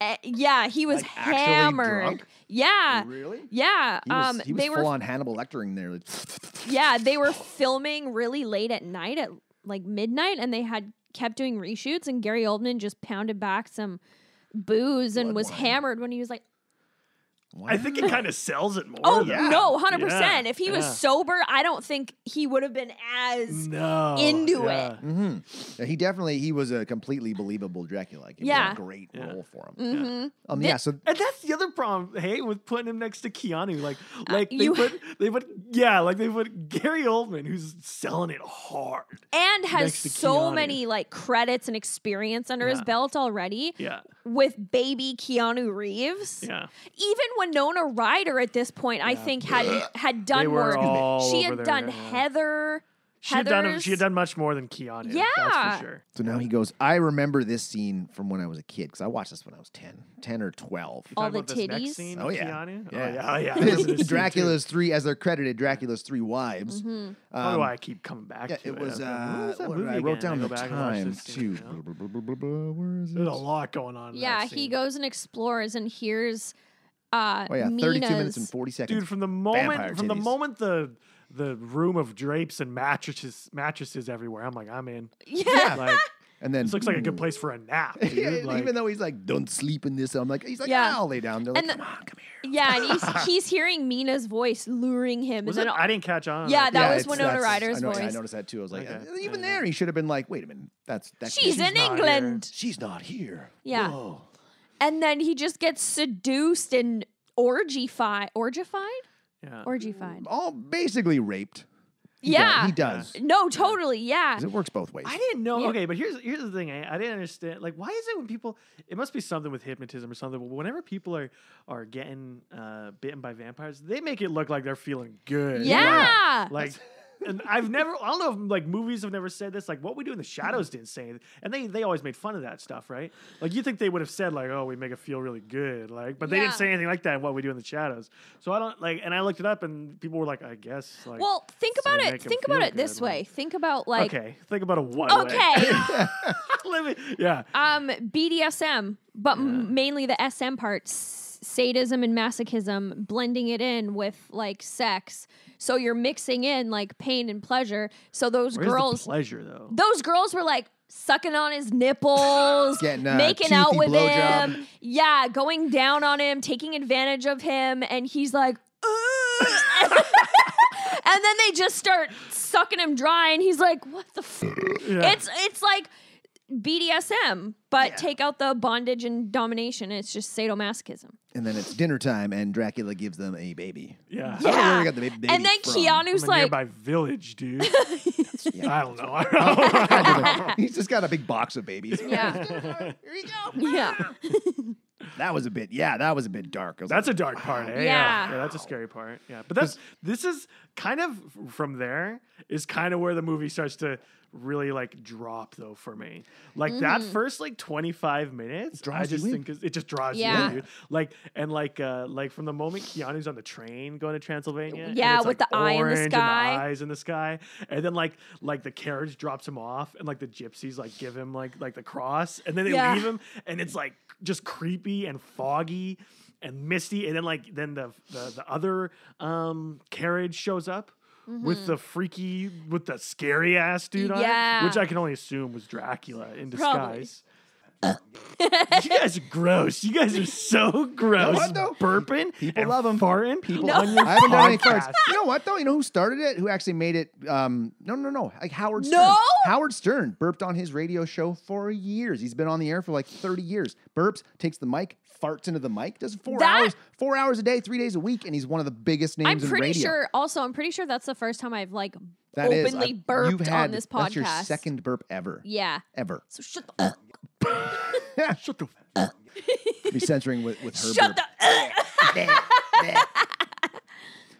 B: Eh, yeah, he was
A: Like, actually
B: hammered.
A: drunk?
B: Yeah.
A: really?
B: Yeah.
A: He was,
B: um
A: he was
B: they
A: full
B: were
A: on Hannibal Lectering there. like,
B: Yeah, they were filming really late at night at like midnight and they had kept doing reshoots and Gary Oldman just pounded back some booze and
A: Blood
B: was
A: wine.
B: hammered when he was like
A: Why
C: I think it kind of sells it more.
B: Oh
C: though.
B: no, hundred percent.
C: Yeah,
B: If he was
C: yeah.
B: sober, I don't think he would have been as
C: no,
B: into
C: yeah.
B: it.
A: Mhm. Yeah, he definitely he was a completely believable Dracula. Like, it was
B: Yeah.
A: a great
C: Yeah.
A: role for him.
B: hmm
A: Um,
B: Th-
A: yeah, so
C: And that's the other problem, hey, with putting him next to Keanu. Like, like they
B: Uh, you-
C: put, they put, yeah, like they put Gary Oldman, who's selling it hard.
B: And has
C: Next to
B: so
C: Keanu.
B: many like credits and experience under his
C: Yeah.
B: belt already
C: Yeah,
B: with baby Keanu Reeves.
C: yeah.
B: Even Winona Ryder at this point, I
C: Yeah.
B: think had had done
C: They were
B: more.
C: all
B: she
C: over
B: had
C: their
B: done
C: head, yeah.
B: Heather.
C: She had done,
B: Heathers.
C: she had done much more than Keanu. that's
B: Yeah.
C: for sure.
A: so now he goes. I remember this scene from when I was a kid because I watched this when I was 10, 10 or twelve.
C: You
B: All
C: talking
B: the
C: about this next
B: titties?
C: scene
A: Oh,
C: with
A: yeah.
C: Keanu?
A: Yeah.
C: Oh yeah, oh yeah. I
A: This
C: remember this scene, too.
A: Dracula's three, as they're credited, Dracula's three wives.
B: Mhm.
C: Probably
A: Um,
C: why I keep coming back
A: yeah,
C: to it.
A: it was.
C: I'm like, what
A: Uh,
C: was that
A: what
C: movie
A: did I wrote
C: again?
A: down
C: go
A: the
C: back and watch
A: time
C: this scene,
A: too.
C: you know?
A: Where is it?
C: There's a lot going on. in
B: Yeah,
C: that
B: he
C: scene.
B: goes and explores and hears. Uh,
A: Oh yeah, thirty-two minutes and
B: Nina's-
A: forty seconds.
C: dude from the moment
A: Vampire
C: from the
A: titties.
C: moment the the room of drapes and mattresses mattresses everywhere i'm like i'm in
B: yeah.
C: like
A: and then
C: this looks like a good
A: Ooh.
C: place for a nap dude.
A: Yeah,
C: Like,
A: even though he's like, don't sleep in this, I'm like, he's like,
B: Yeah.
A: yeah, I'll lay down. They're like,
B: And the-
A: come on, come here.
B: Yeah, and he's he's hearing Mina's voice luring him.
C: was
B: and
C: it,
B: then
C: i didn't catch on
B: Yeah, that
A: Yeah,
B: was
A: it's-
B: Winona
A: that's-
B: Ryder's
A: I know- yeah, I
B: voice.
A: noticed that too. I was like,
C: Okay.
A: uh, even
C: Yeah.
A: there, he should have been like, wait a minute, that's that
B: she's,
A: she's,
B: in
C: not here.
B: England.
A: she's not here.
B: Yeah.
A: Whoa.
B: And then he just gets seduced and orgified. Orgified?
C: yeah.
B: Orgified.
A: all basically raped. He does-
B: Yeah.
A: he does.
B: No, totally. Yeah.
A: 'Cause It works both ways.
C: I didn't know.
B: Yeah.
C: Okay, but here's here's the thing. I, I didn't understand. Like, why is it when people? It must be something with hypnotism or something. But whenever people are are getting uh, bitten by vampires, they make it look like they're feeling good.
B: Yeah.
C: Like, and I've never, I don't know if like movies have never said this. Like, what we do in the shadows didn't say it. And they, they always made fun of that stuff, right? Like, you think they would have said, like, oh, we make it feel really good. Like, but they
B: Yeah.
C: didn't say anything like that in what we do in the shadows. So I don't, like, and I looked it up and people were like, I guess, like,
B: Well, think
C: so
B: about
C: they
B: it.
C: make him
B: Think about
C: feel
B: it this
C: good, like-
B: way. Think about like
C: okay, think about a one.
B: okay,
C: Let me, yeah.
B: um BDSM, but m- mainly the SM parts, sadism and masochism, blending it in with like sex. So you're mixing in like pain and pleasure. So those
C: Where's
B: girls
C: the pleasure, though?
B: those girls were like sucking on his nipples,
A: Getting a
B: making out
A: toothy
B: with
A: blowjob.
B: him. Yeah, going down on him, taking advantage of him, and he's like, "Ugh." and then they just start sucking him dry, and he's like, "What the? F-?
C: Yeah.
B: It's it's like." BDSM, but take out the bondage and domination. and It's just sadomasochism.
A: and then it's dinner time, and Dracula gives them a baby.
C: yeah.
A: I don't know where
B: Yeah.
A: they got the ba- baby
B: and then
A: from.
B: Keanu's
C: I'm a
B: like,
C: nearby village, dude. I don't know. I
A: He's just got a big box of babies.
B: yeah,
A: Here you go.
B: yeah,
A: That was a bit. Yeah, that was a bit dark. I was
C: That's a
A: like,
C: dark part, eh?
B: Yeah.
C: yeah. that's a scary part. Yeah. But that's this is kind of from there is kind of where the movie starts to really like drop though for me. Like that
B: Mm.
C: first like 25 minutes, I
A: draws you
C: just
A: in.
C: think is- it just draws you
B: Yeah.
C: in, dude. Like and like uh like from the moment Keanu's on the train going to Transylvania. and
B: Yeah,
C: it's,
B: with
C: like,
B: the eye in the
C: orange and
B: sky.
C: eyes in the sky. And then like like the carriage drops him off and like the gypsies like give him like like the cross and then they
B: Yeah.
C: leave him and it's like just creepy and foggy and misty and then like then the the, the other um carriage shows up with the freaky with the scary ass dude on it, which
B: Mm-hmm. Yeah.
C: I can only assume was Dracula in
B: Probably.
C: disguise. you guys are gross. You guys are so gross.
A: what, though?
C: Burping,
A: People
C: and
A: love 'em.
C: Farting, people
B: No.
C: on your
A: I haven't done any
C: podcast.
A: cards. You know what though? You know who started it? Who actually made it? Um, no, no, no. Like Howard Stern.
B: No?
A: Howard Stern burped on his radio show for years. He's been on the air for like 30 years. Burps, takes the mic, farts into the mic, does four
B: That-
A: hours, four hours a day, three days a week, and he's one of the biggest names
B: I'm
A: in
B: pretty
A: radio.
B: sure. Also, I'm pretty sure that's the first time I've like
A: That is,
B: openly
A: I-
B: burped
A: you've had,
B: on this podcast.
A: That's your second burp ever.
B: Yeah.
A: Ever.
B: So shut the up.
A: Shut the Be censoring with, with her burp.
B: shut the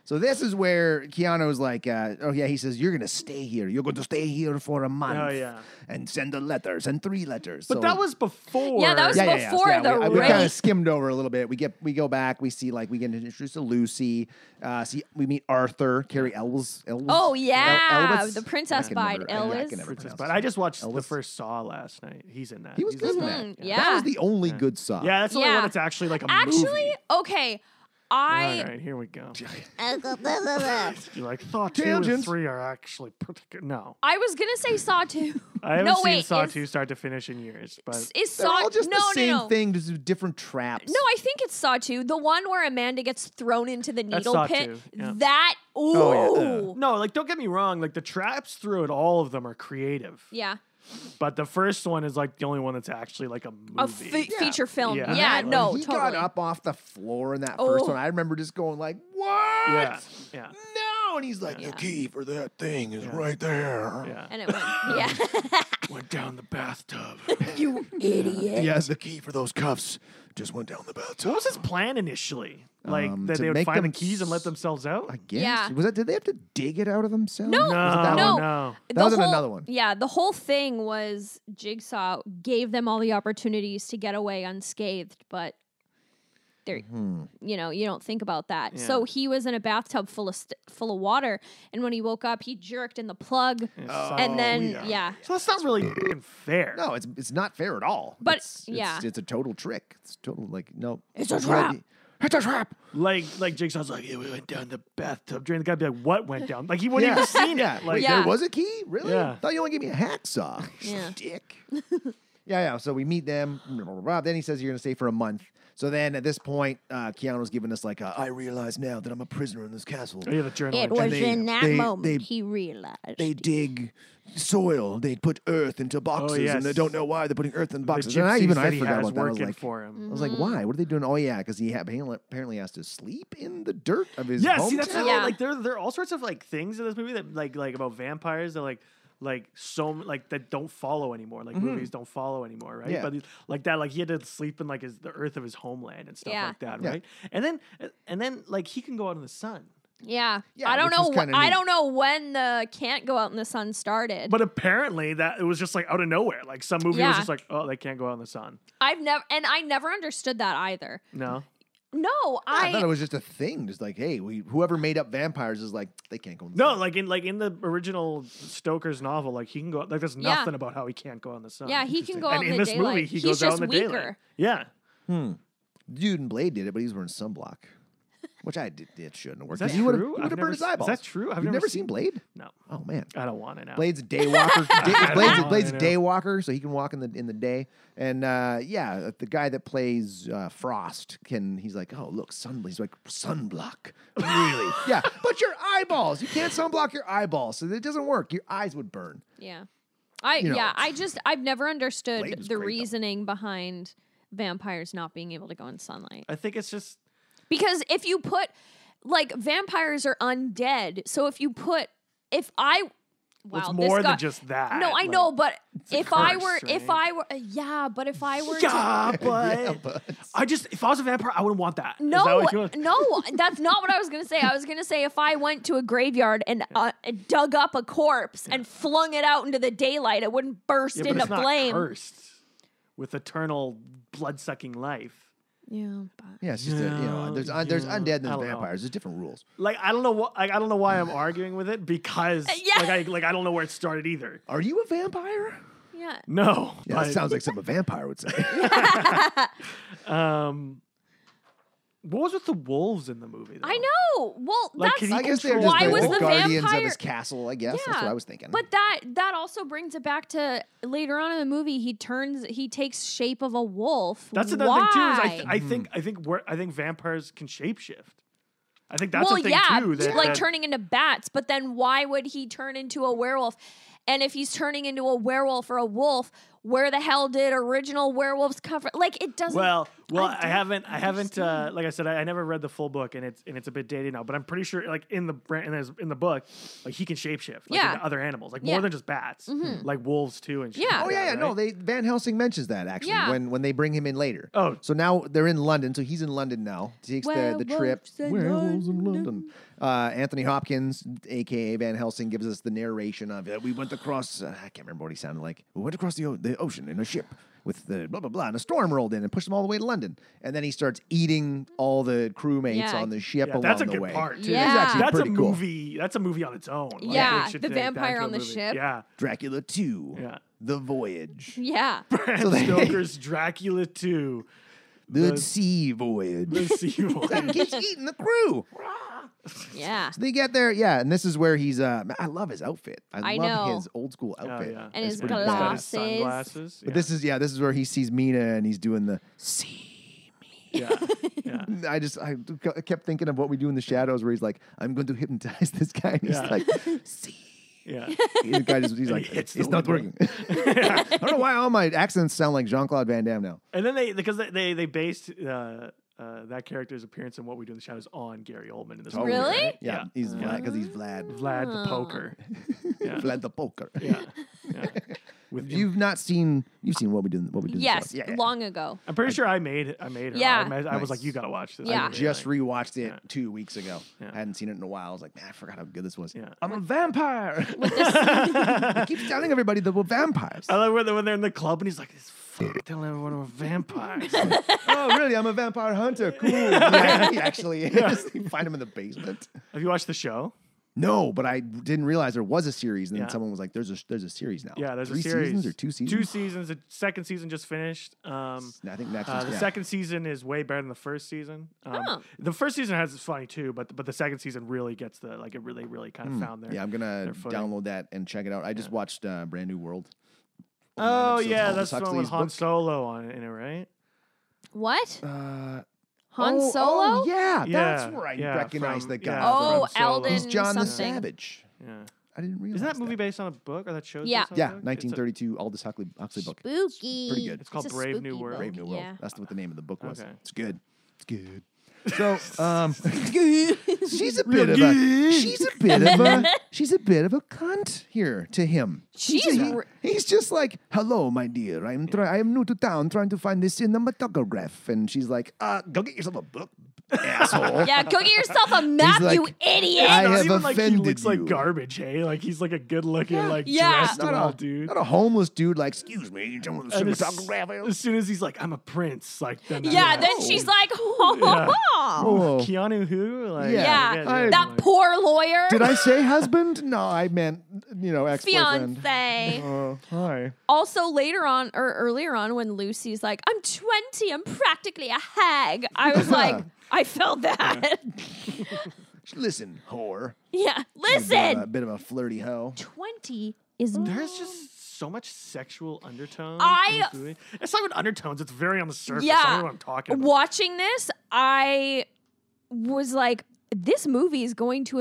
A: So this is where Keanu's like, uh, oh yeah, he says you're gonna stay here. You're going to stay here for a month.
C: Oh, yeah.
A: And send the letters and three letters.
C: But
A: So-
C: that was before.
B: Yeah, that was
A: yeah, yeah, yeah.
B: before
A: yeah,
B: the
A: we, I- we kind
B: rape.
A: of skimmed over a little bit. We get we go back. We see like we get introduced to Lucy. Uh, see we meet Arthur, Carrie Elwes. Elwes
B: Oh yeah,
A: Elwes?
B: the princess
A: I can
B: bride
A: never- I- I can
B: Ellis.
A: never-
C: Princess,
A: pronounce
C: but
A: it.
C: I just watched the
A: Elvis.
C: first Saw last night. He's in that.
A: He was
C: He's
A: good in
C: in
A: that.
B: Mhm,
A: That was
B: yeah.
A: the only good song.
C: Yeah, that's the only
B: Yeah.
C: one that's actually like a movie.
B: Actually, okay.
C: All
B: I
C: right, here we go.
B: I
C: You're like Saw two and
A: Tangents.
C: three are actually pretty good. No,
B: was gonna say Saw Two.
C: I haven't
B: No,
C: seen
B: wait,
C: Saw
B: is-
C: two start to finish in years, but
B: Is
A: They're
B: Saw
A: all just
B: no,
A: the same
B: no, no.
A: thing, just with different traps.
B: No, I think it's Saw Two, the one where Amanda gets thrown into the
C: That's
B: needle
C: Saw
B: pit.
C: Two, yeah.
B: That ooh,
A: Oh,
C: no, like don't get me wrong. Like the traps through it, all of them are creative,
B: yeah,
C: but the first one is like the only one that's actually like a movie.
B: a fe-
A: Yeah.
B: feature film.
C: Yeah.
B: Yeah,
C: And
A: That one,
B: no,
A: he
B: totally.
A: got up off the floor in that first
B: Oh.
A: one. I remember just going like, "What?
C: yeah, yeah,
A: No!" And he's like,
B: Yeah.
A: "The key for that thing is right there."
C: yeah.
B: and it went. Yeah,
C: Went down the bathtub.
B: you idiot.
A: Yes,
D: The key for those cuffs just went down the bathtub.
C: What was his plan initially? Like
A: Um,
C: that
A: to
C: they would
A: make
C: find the
A: them
C: keys and let
A: s-
C: themselves out?
A: I guess.
B: Yeah.
A: Was that? Did they have to dig it out of themselves?
B: No,
A: Was it
C: no,
A: that
B: no.
A: one?
C: no.
A: That was in another one.
B: Yeah, the whole thing was Jigsaw gave them all the opportunities to get away unscathed, but they're
A: Hmm.
B: you know you don't think about that. So he was in a bathtub full of st- full of water, and when he woke up, he jerked in the plug,
C: Yeah,
B: and
D: Oh,
C: so-
B: then
A: Oh, yeah.
B: yeah,
C: so that's not really fucking fair.
A: No, it's it's not fair at all.
B: But,
A: it's,
B: yeah.
A: it's, it's a total trick. It's total like no.
B: It's a
A: You
B: trap.
A: gotta be- It's a trap.
C: Like like Jigsaw's like, it went down the bathtub drain. The guy would be like, what went down? Like he wouldn't even seen
A: yeah.
C: it. Like
B: Yeah.
A: There was a key, really?
C: Yeah.
A: Thought you only gave me a hacksaw,
B: Yeah.
A: dick. yeah, yeah. So we meet them. blah, blah, blah. Then he says you're gonna stay for a month. So then at this point, uh, Keanu's giving us like a,
D: I realize now that I'm a prisoner in this castle.
C: oh, yeah, the journal.
B: it
C: entry.
B: was
D: they-
B: in that
D: they-
B: moment
D: they-
B: he realized.
D: They dig soil. They put earth into boxes,
C: Oh, yes.
D: and they don't know why they're putting earth in
C: The
D: boxes.
A: and I
C: gypsies
A: even-
C: that
A: I
C: he
A: forgot
C: has
A: about that. I was
C: working
A: like-
C: for him.
A: I was like, why? What are they doing? Oh yeah, because he ha- apparently apparently has to sleep in the dirt of his
C: Yeah,
A: hometown.
C: see that's the
B: Yeah.
C: thing, like there there are all sorts of like things in this movie that like like about vampires that like like so m- like that don't follow anymore. Like movies don't follow anymore, right?
A: Mm-hmm. Yeah.
C: But he's- like that, like he had to sleep in like his the earth of his homeland and stuff
B: Yeah.
C: like that,
A: Yeah.
C: right? And then and then like he can go out in the sun.
B: yeah.
A: Yeah,
B: I don't
A: which
B: know.
A: was
B: wh-
A: kinda
B: I
A: neat.
B: don't know when the can't go out in the sun started.
C: But apparently that it was just like out of nowhere. Like some movie
B: Yeah.
C: was just like, oh, they can't go out in the sun.
B: I've never and I never understood that either.
C: No.
B: No,
A: I,
B: I
A: thought it was just a thing, just like, hey, we whoever made up vampires is like, they can't go. in the
C: No,
A: sun.
C: like in like in the original Stoker's novel, like he can go like there's
B: Yeah.
C: nothing about how he can't go out in the sun.
B: yeah he can go out
C: and
B: in,
C: in
B: the
C: this
B: daylight.
C: movie he
B: He's
C: goes out
B: just
C: in the
B: weaker.
C: daylight. Yeah.
A: dude in Blade did it, but he was wearing sunblock, which I did. It shouldn't have worked.
C: Is that
A: 'cause he would've-
C: true?
A: He
C: I've
A: would have
C: never
A: burned his
C: se- is that
A: eyeballs.
C: true? I've
A: You've
C: never
A: never,
C: seen-
A: seen Blade.
C: No.
A: Oh man,
C: I don't want to know.
A: Blade's a daywalker. Day,
C: don't
A: Blade's,
C: wanna
A: Blade's a
C: know.
A: daywalker, so he can walk in the in the day. And uh, yeah, the guy that plays uh, Frost can. He's like, oh look, sun. He's like sunblock. Really? yeah, but your eyeballs. You can't sunblock your eyeballs, so it doesn't work. Your eyes would burn.
B: Yeah. I
A: You know.
B: yeah, I just I've never understood
A: Blade was
B: the
A: great, though.
B: reasoning behind vampires not being able to go in sunlight.
C: I think it's just
B: Because if you put like vampires are undead, so if you put if I wow,
C: well, it's
B: this
C: more than
B: got-
C: just that.
B: No, I
C: like-
B: know, but
C: a
B: if I were
C: curse,
B: if
C: right?
B: I were uh, yeah, but if I were to-
C: Yeah, but,
A: but-
C: I just if I was a vampire, I wouldn't want that. Is that
B: No,
C: what you want?
B: no, that's not what I was gonna say. I was gonna say if I went to a graveyard and uh, dug up a corpse and flung it out into the daylight, it wouldn't burst
C: Yeah, but
B: into
C: it's not
B: flame.
C: cursed with eternal blood sucking life.
B: Yeah, but
A: Yeah, it's just a, you
C: Yeah,
A: know, there's un, there's undead
C: yeah,
A: and
C: I
A: there's
C: don't know.
A: vampires. There's different rules.
C: Like I don't know what like, I don't know why I'm arguing with it because
B: yeah.
C: like I like I don't know where it started either.
A: Are you a vampire?
B: yeah.
C: No,
A: Yeah,
C: but,
A: that sounds like something a vampire would say.
C: um, what was with the wolves in the movie? Though?
B: I know. Well,
C: Like,
B: that's
C: can
A: I guess they're
C: control-
A: just
B: Why
A: the,
B: was
A: the
B: the
A: guardians of
B: vampire-
A: his castle. I guess that's what I was thinking.
B: But that that also brings it back to later on in the movie. He turns. He takes shape of a wolf.
C: That's another
B: Why?
C: thing too. Is I, th- I think I think we're, I think vampires can shapeshift. I think that's
B: well,
C: a thing
B: yeah,
C: too. That,
B: like
C: that-
B: turning into bats. But then why would he turn into a werewolf? And if he's turning into a werewolf or a wolf, where the hell did original werewolves come from? Like it doesn't.
C: Well, well, I,
B: don't
C: haven't, I haven't, uh, like I said, I, I never read the full book, and it's and it's a bit dated now. But I'm pretty sure, like in the bra- in, his, in the book, like he can shapeshift, like
B: Yeah.
C: into other animals, like
B: Yeah. Mm-hmm.
C: more than just bats, like wolves too, and shit
B: Yeah.
C: like
A: Oh yeah, yeah.
C: that,
A: No,
C: right?
A: they Van Helsing mentions that actually
B: Yeah.
A: when when they bring him in later.
C: Oh.
A: so now they're in London. So he's in London now. Takes the, the trip.
B: Werewolves in
A: Werewolves in London. Uh, Anthony Hopkins, aka Van Helsing, gives us the narration of it. We went across. Uh, I can't remember what he sounded like. We went across the o- the ocean in a ship with the blah blah blah, and a storm rolled in and pushed them all the way to London. And then he starts eating all the crewmates
B: Yeah.
A: on the ship
C: Yeah,
A: along
C: that's a
A: the
C: good
A: way.
C: part. Too.
B: Yeah. It's actually
C: that's a
A: pretty cool.
C: movie. That's a movie on its own. Like,
B: Yeah,
C: they should
B: the
C: take that
B: vampire
C: to a
B: on the
C: movie.
B: ship.
C: Yeah,
A: Dracula Two.
C: Yeah.
A: The Voyage.
B: Yeah.
C: Bram
A: So they-
C: Stoker's Dracula Two.
A: The,
C: The-
A: sea voyage.
C: The sea voyage.
A: that keeps eating the crew.
B: Yeah.
A: So they get there, yeah, and this is where he's. Uh, I love his outfit. I,
B: I
A: love
B: know.
A: his old school outfit.
C: Oh, yeah.
B: And
A: It's
B: his
A: pretty
C: He's
A: badass.
C: got
B: glasses.
C: his sunglasses.
A: But this is yeah, this is where he sees Mina and he's doing the see me.
C: yeah. yeah.
A: I just I kept thinking of what we do in the shadows where he's like, I'm going to hypnotize this guy. And he's
C: Yeah.
A: like, see.
C: Yeah.
A: And the guy just he's like,
C: hits
A: it's,
C: the
A: not
C: window.
A: working. I don't know why all my accents sound like Jean Claude Van Damme now.
C: And then they because they they, they based uh, uh, that character's appearance in What We Do in the Shadows on Gary Oldman in this movie.
B: Really?
C: right?
A: Yeah,
C: Yeah.
A: he's Vlad because he's Vlad.
C: Vlad
B: Oh.
C: the Poker. Yeah.
A: Vlad the poker.
C: yeah. yeah. With you,
A: You've not seen. You've seen what we do. in- What we do. in the
B: Yes,
A: Shadows. Yeah, yeah.
B: long ago.
C: I'm pretty sure I made I made her.
B: Yeah.
C: I, ma- I was like,
A: Nice.
C: you gotta watch this.
B: Yeah.
A: I just rewatched it
C: Yeah.
A: two weeks ago.
C: Yeah.
A: I hadn't seen it in a while. I was like, man, I forgot how good this was.
C: Yeah.
A: I'm a vampire. he keeps telling everybody that we're vampires.
C: I love when they're, when they're in the club and he's like, this fuck telling everyone we're vampires.
A: oh, really? I'm a vampire hunter. Cool. Yeah, he actually is. You find him in the basement.
C: Have you watched the show?
A: No, but I didn't realize there was a series. And then
C: Yeah.
A: someone was like, there's a there's a series now.
C: Yeah, there's
A: Three
C: a series.
A: seasons or two
C: Two
A: seasons?
C: seasons. The second season just finished. Um,
A: I think next
C: uh,
A: one's
C: the
A: yeah.
C: second season is way better than the first season. Um,
B: Oh.
C: The first season has its funny too, but but the second season really gets the like it really really kind of found their
A: Hmm. Yeah, I'm gonna
C: their footing.
A: download that and check it out. I just watched uh, Brand New World.
C: Oh
A: episode of
C: yeah,
A: Aldous
C: that's the one with
A: Huxley's
C: Han
A: book.
C: Solo on it, in it, right?
B: What?
A: Uh,
B: Han
A: oh,
B: Solo?
A: Oh, yeah,
C: Yeah,
A: that's where I
C: yeah,
A: recognize
C: from-
A: the guy.
C: yeah,
B: Oh,
C: from Solo.
B: Alden
A: he's John the
B: something.
A: Savage.
C: Yeah.
A: I didn't realize.
C: Is that movie based on a book or that show?
B: Yeah.
C: Based on a
A: Yeah,
C: book? It's a-
A: 1932 Aldous Huxley, Huxley book.
B: Spooky.
A: Pretty good.
C: It's called
B: a
C: Brave New
B: spooky
C: World.
B: book,
A: Brave New World.
B: Yeah.
A: That's what the name of the book was.
C: Okay.
A: It's good. It's good. So, um, she's a bit of a
C: good.
A: she's a bit of a she's a bit of a cunt here to him.
B: She's
A: a, he-
B: re-
A: he's just like, "Hello, my dear. I'm try- I am new to town, trying to find this cinematograph." And she's like, "Uh, go get yourself a book, asshole."
B: Yeah, go get yourself a map,
A: like,
B: you idiot.
A: I
C: Not
A: have
C: even like he
A: offended
C: looks
A: you.
C: like garbage, hey? Like he's like a good looking, like
B: Yeah.
C: dressed
A: Not a-
C: well dude.
A: Not a homeless dude like, "Excuse me, you don't want the
C: And as,
A: cinematograph."
C: as soon as he's like, I'm a prince, like then that-
B: yeah, then she's like, oh,
A: Oh.
C: Keanu who? Like,
A: Yeah.
B: yeah,
A: I-
B: that poor lawyer,
A: Did I say husband? No, I meant you know ex boyfriend.
B: fiance.
A: Oh, hi.
B: also, later on or earlier on, when Lucy's like, I'm 20, I'm practically a hag. I was like, I felt that.
A: Listen, whore.
B: yeah,
A: A bit of a,
B: listen,
A: bit of a flirty hoe.
B: 20 is
C: There's just so much sexual undertone. in
B: I-
C: this movie. It's not even undertones. It's very on the surface.
B: Yeah.
C: I don't know what I'm talking about.
B: watching this, I was like, this movie is going to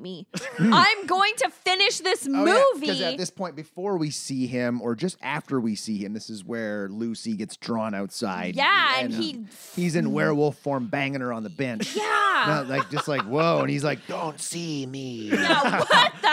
B: me. I'm going to finish this movie.
A: Because Oh, at this point, before we see him, or just after we see him, this is where Lucy gets drawn outside. um,
B: Yeah, and he-
A: he's in werewolf form, banging her on the bench.
B: yeah.
A: Not like just like whoa, and he's like, "Don't see me." I'm like,
B: Yeah, what the
A: okay,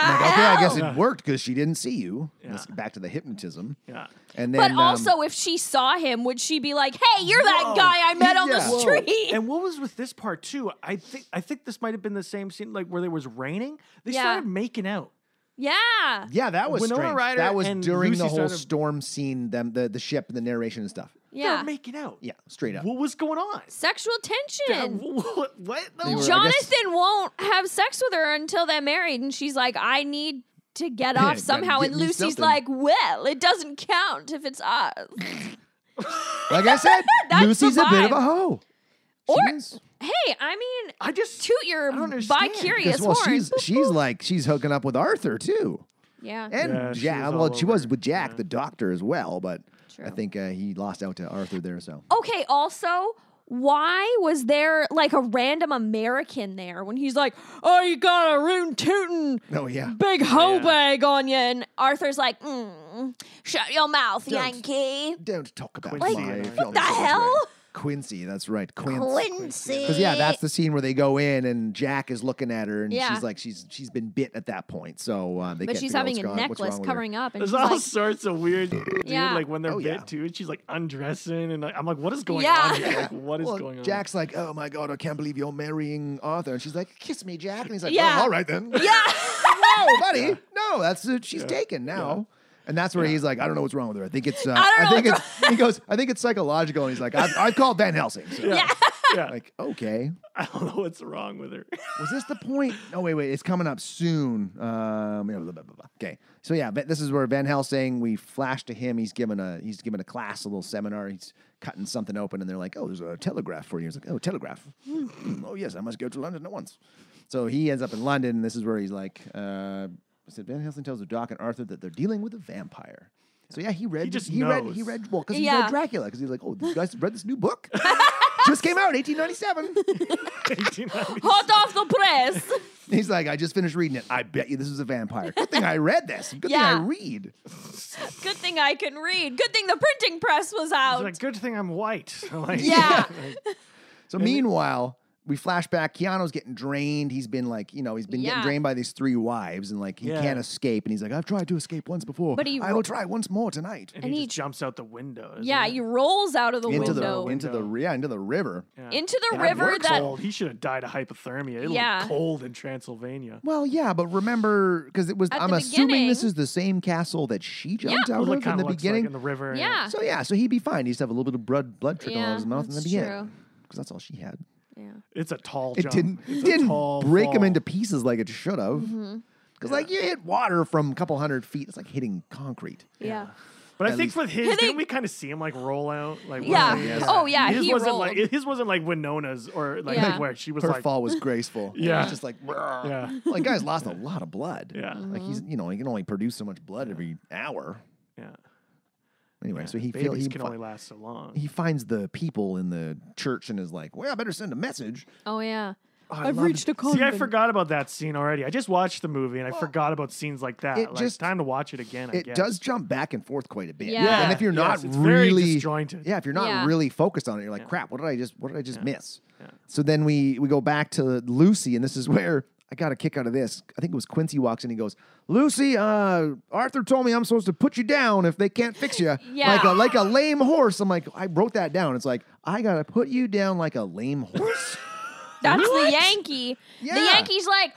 A: I
B: hell?
A: guess it worked because she didn't see you.
C: Yeah.
A: Let's get back to the hypnotism,
C: Yeah.
A: and
B: but
A: then um,
B: also, if she saw him, would she be like, "Hey, you're that
C: Whoa.
B: guy I met on
A: Yeah.
B: the
A: Whoa.
B: street"?
C: And what was with this part too? I think I think this might have been the same scene, like where there was raining. They
B: Yeah.
C: started making out.
B: yeah,
A: yeah, that was
C: Winona
A: strange.
C: Ryder
A: that was
C: and
A: during the
C: Lucy
A: whole
C: started-
A: storm scene, them the the ship and the narration and stuff.
C: They
B: yeah.
C: were making out.
A: Yeah, straight up.
C: What was going on?
B: Sexual
C: Yeah,
B: tension.
C: what? what?
A: They were- I
B: Jonathan
A: guess-
B: won't have sex with her until they're married, and she's like, "I need." To get
A: Yeah,
B: off
A: gotta
B: somehow,
A: get
B: and
A: me
B: Lucy's
A: something.
B: like, "Well, it doesn't count if it's us."
A: Like I said,
B: That's
A: Lucy's
B: the
A: a bit of
B: vibe.
A: a hoe. She
B: Or-
A: is.
B: Hey, I mean,
C: I just
B: toot your
C: I don't understand.
B: bi
A: 'Cause,
B: curious
A: well,
B: horn.
A: she's she's like she's hooking up with Arthur too.
B: yeah.
A: And
C: Yeah,
A: yeah,
C: she was
A: well,
C: all
A: she was
C: over.
A: with Jack,
C: Yeah.
A: the doctor, as well. But I
B: True.
A: think uh, he lost out to Arthur there. So
B: Okay, also, why was there like a random American there when he's like, oh, you got a room tootin'
A: oh yeah,
B: big hoe
C: Yeah.
B: bag on you? And Arthur's like, mm, shut your mouth,
A: Don't.
B: Yankee.
A: don't talk about
C: Quincy
A: my
C: and I.
A: feelings
B: The
A: this way.
B: hell?
A: Quincy. That's right, Quincy.
B: Quincy.
A: Because yeah, that's the scene where they go in and Jack is looking at her and
B: Mm-hmm. Yeah.
A: she's like she's she's been bit at that point. So uh, they
B: But
A: can't
B: she's
A: figure out
B: having
A: what's
B: a
A: gone- what's
B: necklace
A: wrong with her.
B: covering up, and she's
C: There's all
B: like,
C: sorts of weird, dude,
B: Yeah.
C: like when they're
A: Oh, yeah.
C: bit too, and she's like undressing, and like, I'm like, what is going
B: Yeah.
C: on? Here? Like, what is
A: Well,
C: going on?
A: Jack's like, oh my god, I can't believe you're marrying Arthur, and she's like, kiss me, Jack, and he's like,
B: Yeah.
A: well, all right then.
B: yeah.
A: no, buddy, no, that's uh, she's taken now. And that's where he's like, I don't know what's wrong with her. I think it's, uh, I,
B: I don't know
A: think
B: what's
A: it's, he goes, I think it's psychological. And he's like, I've, I've called Van Helsing. So,
C: yeah, yeah.
A: Like, okay,
C: I don't know what's wrong with her.
A: was this the point? No, wait, wait, it's coming up soon. Um, yeah, blah, blah, blah, blah. Okay. So yeah, but this is where Van Helsing. We flash to him. He's given a he's given a class, a little seminar. He's cutting something open, and they're like, "Oh, there's a telegraph for you." He's like, "Oh, telegraph. Hmm, oh yes, I must go to London at once." So he ends up in London, and this is where he's like, uh, "said Van Helsing tells the Doc and Arthur that they're dealing with a vampire." So yeah, he read.
C: He just
A: he read. He
C: knows.
A: read. Well, because he
B: Yeah.
A: read Dracula. Because he's like, "Oh, you guys read this new book." Just came out, 1897.
B: Hot off the press.
A: He's like, I just finished reading it. I bet you this is a vampire. Good thing I read this. Good thing I
B: Yeah.
A: read.
B: Good thing I can read. Good thing the printing press was
C: It's
B: out.
C: like, good thing I'm white. Like,
B: Oh, Yeah.
A: So meanwhile, we flash back. Keanu's getting drained. He's been like, you know, he's been getting
B: Yeah.
A: drained by these three wives, and like he
C: Yeah.
A: can't escape. And he's like, I've tried to escape once before,
B: But he
A: I
B: ro-
A: will try once more tonight.
C: And,
B: And
C: he,
B: he
C: just jumps out the window. doesn't
B: yeah,
C: he?
B: he rolls out of the
A: Into
B: window.
A: the into the yeah into the river.
C: Yeah.
B: into the
A: That
B: river
A: works
B: that
C: cold. He should have died of hypothermia. It
B: Yeah.
C: was cold in Transylvania.
A: Well, yeah, but remember because it was.
B: At
A: I'm
B: the
A: assuming this
B: beginning-
A: is the same castle that she jumped out
C: Well, it
A: of in
C: kinda
A: the
C: looks
A: beginning.
C: like in the river.
B: Yeah.
A: so yeah, so he'd be fine. He'd just have a little bit of blood blood trickle out of
B: Yeah,
A: his mouth in the
B: that's
A: beginning
B: true.
A: because that's all she had.
B: yeah.
C: it's a tall.
A: It
C: jump.
A: didn't
C: It's a
A: didn't
C: tall
A: break him
C: fall.
A: into pieces like it should have. Because like you hit water from a couple hundred feet, it's like hitting concrete.
B: Yeah.
C: But I
A: At
C: think with his,
B: Hitting-
C: didn't we kind of see him like roll out? Like
B: Yeah.
C: wasn't he-
B: Yes. Oh, yeah,
C: His
B: he
C: wasn't
B: rolled.
C: like his wasn't like Winona's or like
B: Yeah.
C: where she was
A: Her
C: like
A: fall was graceful.
C: Yeah.
A: it's just like "Rah."
C: Yeah.
A: Like guys lost a lot of blood.
C: Yeah.
A: like he's you know he can only produce so much blood every hour.
C: yeah.
A: Anyway, so he feel,
C: Babies
A: he
C: can
A: fi-
C: only last so long.
A: he finds the people in the church and is like, well, I better send a message.
B: Oh yeah.
A: I I've loved- reached
B: a
C: See, I forgot about that scene already. I just watched the movie and I forgot about scenes like that.
A: it
C: like,
A: just-
C: time to watch it again. I
A: It
C: guess.
A: does jump back and forth quite a bit.
B: Yeah. Yeah.
A: and if you're not
C: Yes, it's very
A: really
C: disjointed.
A: yeah, if you're not
B: Yeah.
A: really focused on it, you're like, crap, what did I just what did I just miss?
C: Yeah.
A: So then we we go back to Lucy, and this is where I got a kick out of this. I think it was Quincy walks in, he goes, Lucy, uh, Arthur told me I'm supposed to put you down if they can't fix you.
B: Yeah.
A: Like a like a lame horse. I'm like, I wrote that down. It's like, I gotta put you down like a lame horse.
B: That's the Yankee.
A: Yeah.
B: The Yankee's like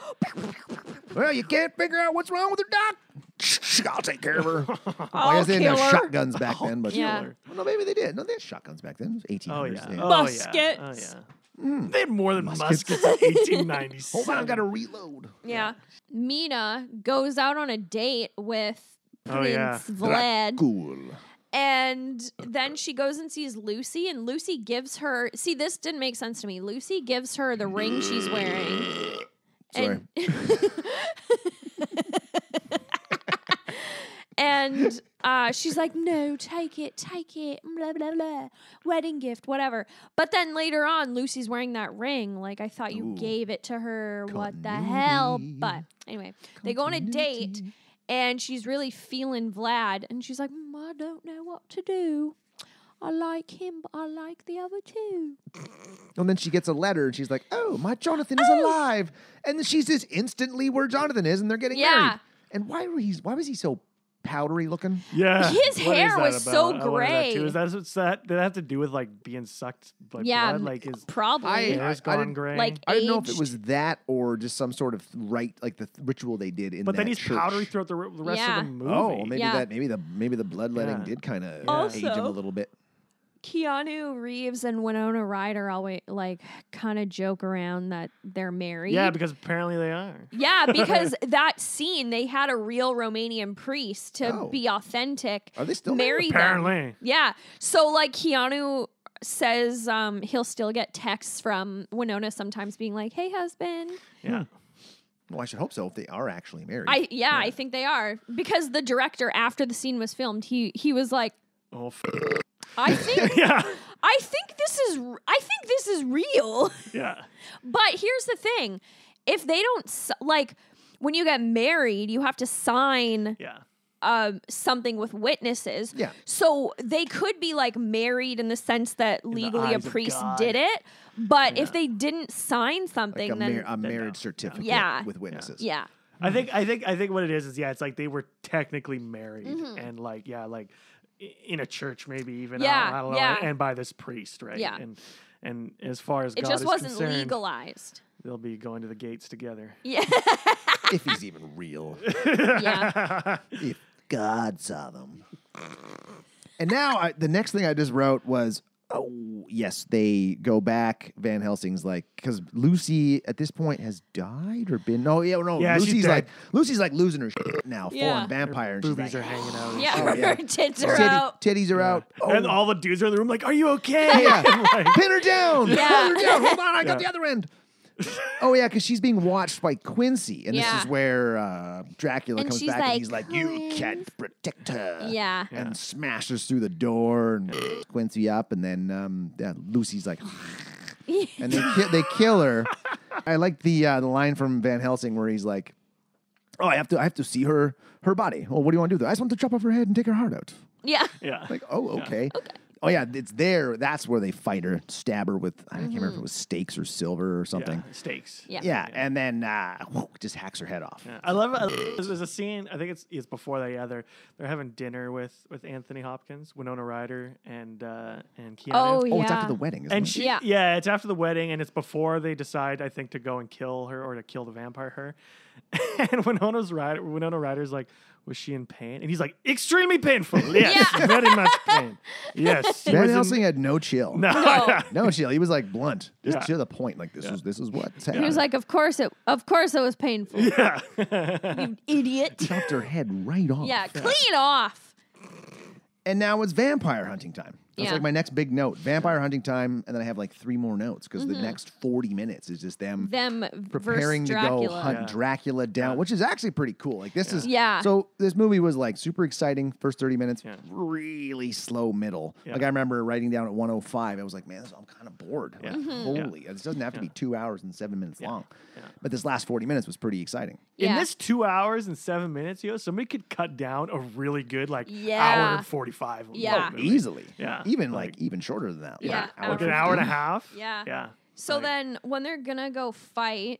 A: well, you can't figure out what's wrong with her doc. I'll take care of her.
B: I'll
A: I guess they didn't
B: kill
A: have
B: her.
A: shotguns back then, but
B: Yeah.
C: her.
A: Well, no, maybe they did. No, they had shotguns back then. It was
C: Oh
A: 1800s. yeah.
C: yeah. Oh, Yeah. Oh,
B: Muskets.
C: yeah.
A: Hmm.
C: They had more than muskets in 1897.
A: Hold on, I gotta reload.
B: Yeah. Mina goes out on a date with
C: Oh,
B: Prince
C: yeah.
B: Vlad.
A: Cool.
B: And then she goes and sees Lucy, and Lucy gives her. See, this didn't make sense to me. Lucy gives her the ring she's wearing. And, and uh, she's like, no, take it, take it, blah, blah, blah, wedding gift, whatever. But then later on, Lucy's wearing that ring. Like, I thought you
A: Ooh.
B: gave it to her. What the hell?
A: Continuity.
B: But anyway, they go on a date and she's really feeling Vlad, and she's like, "Mm, I don't know what to do. I like him, but I like the other two.
A: And then she gets a letter and she's like, oh, my Jonathan is alive. And then she's just instantly where Jonathan is and they're getting
B: Yeah.
A: married. And why were he why was he so powdery looking?
C: Yeah,
B: His
C: What is
B: hair
C: that
B: was so
C: about? I wondered that too.
B: gray.
C: Is that what's that? Did that have to do with like being sucked by
B: yeah,
C: blood?
B: m-
C: Like his
A: I-
B: probably.
C: hair's
A: I
C: gone
A: didn't-
C: gray.
B: like-
A: I don't know if it
B: Aged.
A: was that or just some sort of rite, like the th- ritual they did in
C: but then
A: that
C: he's
A: church.
C: powdery throughout the, r- the rest
B: Yeah.
C: of the movie.
A: Oh, maybe
B: Yeah.
A: that maybe the maybe the bloodletting
C: Yeah.
A: did kind of age him a
B: Also-
A: little bit.
B: Keanu Reeves and Winona Ryder always like kind of joke around that they're married.
C: yeah, because apparently they are.
B: Yeah, because that scene they had a real Romanian priest to
A: Oh.
B: be authentic.
A: Are they still
B: marry them.
C: Apparently,
B: Yeah. So like Keanu says um he'll still get texts from Winona sometimes being like, "Hey husband."
C: yeah.
A: Hmm. Well, I should hope so if they are actually married.
B: I yeah, I think they are because the director after the scene was filmed, he he was like,
C: Oh, f-
B: "I think
C: yeah,
B: I think this is r- I think this is real."
C: yeah.
B: But here's the thing. If they don't s- like when you get married, you have to sign
C: Yeah.
B: um, something with witnesses.
A: Yeah.
B: So they could be like married in the sense that legally a
C: eyes of
B: priest
C: God.
B: did it, but
C: Yeah.
B: if they didn't sign something,
A: like a,
B: then
A: mar- a marriage
C: no.
A: certificate
B: Yeah.
A: with witnesses.
B: yeah,
C: I
A: Hmm.
C: think I think I think what it is is yeah, it's like they were technically married
B: Mm-hmm.
C: and like yeah, like i- in a church maybe even I don't-
B: Yeah,
C: I don't know
B: yeah.
C: and by this priest right
B: Yeah.
C: and and as far as
B: it
C: God
B: just
C: is
B: wasn't
C: concerned,
B: legalized.
C: They'll be going to the gates together.
B: Yeah,
A: if he's even real.
B: yeah.
A: if God saw them. And now I, the next thing I just wrote was oh yes, they go back. Van Helsing's like because Lucy at this point has died or been no yeah no
C: Yeah, she's
A: Lucy's
C: dead.
A: like Lucy's like losing her shit now
B: Yeah.
A: foreign vampire and she's
C: Boobies
A: like
C: are hanging out. and
B: Yeah,
C: shit.
A: Oh, yeah.
B: her tits are
A: titty,
B: out.
A: titties are out oh,
C: And all the dudes are in the room like, "Are you okay?"
A: Yeah.
C: And, like,
A: pin her down
B: Yeah.
A: hold her down hold on I got
C: Yeah.
A: the other end. oh yeah, because she's being watched by Quincy, and
B: Yeah.
A: this is where uh, Dracula
B: And
A: comes
B: she's
A: back,
B: like,
A: and he's like, "You
B: "Colin."
A: can't protect her."
B: Yeah.
C: Yeah.
A: and smashes through the door and Quincy up, and then um, yeah, Lucy's like, and they ki- they kill her. I like the uh, the line from Van Helsing where he's like, "Oh, I have to I have to see her her body. Well, what do you want to do? Though? I just want to chop off her head and take her heart out."
B: yeah.
C: yeah.
A: Like, oh, okay. Oh yeah, it's there. That's where they fight her, stab her with I can't
B: Mm-hmm.
A: remember if it was stakes or silver or something.
C: Yeah, Stakes.
B: Yeah.
A: Yeah, and then uh, whoa, just hacks her head off.
C: Yeah. I love. I, there's there's a scene. I think it's it's before that. Yeah, they're they're having dinner with with Anthony Hopkins, Winona Ryder, and uh, and Keanu.
B: Oh,
A: Oh, it's
B: Yeah.
A: after the wedding, isn't
C: And
A: it?
C: she,
B: Yeah.
C: yeah. it's after the wedding, and it's before they decide, I think, to go and kill her or to kill the vampire her. And Winona's Ryder, Winona Ryder's like, was she in pain? And he's like, extremely painful. Yes, very much pain. Yes, she
A: Van
C: was in-
A: Helsing had no chill.
C: No,
B: No.
A: No, she, he was like blunt, just
C: Yeah.
A: to the point. Like this is this is what
B: He was like, "Of course it. Of course it was painful.
C: yeah,
B: You idiot.
A: chopped her head right off.
B: Yeah, clean off.
A: And now it's vampire hunting time. That's
B: Yeah.
A: like my next big note: vampire hunting time. And then I have like three more notes because
B: Mm-hmm.
A: the next forty minutes is just them
B: Them
A: preparing
B: versus
A: to
B: Dracula.
A: go hunt
C: Yeah.
A: Dracula down, which is actually pretty cool. Like this is
B: Yeah.
A: So this movie was like super exciting first thirty minutes,
C: Yeah.
A: really slow middle.
C: Yeah.
A: Like I remember writing down at one oh five, I was like, man, this, I'm kind of bored.
C: Yeah.
A: Like,
B: Mm-hmm.
C: Yeah.
A: Holy, this doesn't have to be two hours and seven minutes long.
C: Yeah.
A: But this last forty minutes was pretty exciting.
C: In
B: Yeah.
C: this two hours and seven minutes, yo, somebody could cut down a really good like hour
B: Yeah.
C: and forty five.
B: Yeah. Oh,
A: easily.
C: Yeah.
A: Even like,
C: Like-
A: even shorter than that.
B: Yeah,
A: Like,
C: like
B: hour
C: an hour and a
A: 15.
C: half.
B: Yeah.
C: yeah.
B: So
C: Like-
B: then, when they're gonna go fight,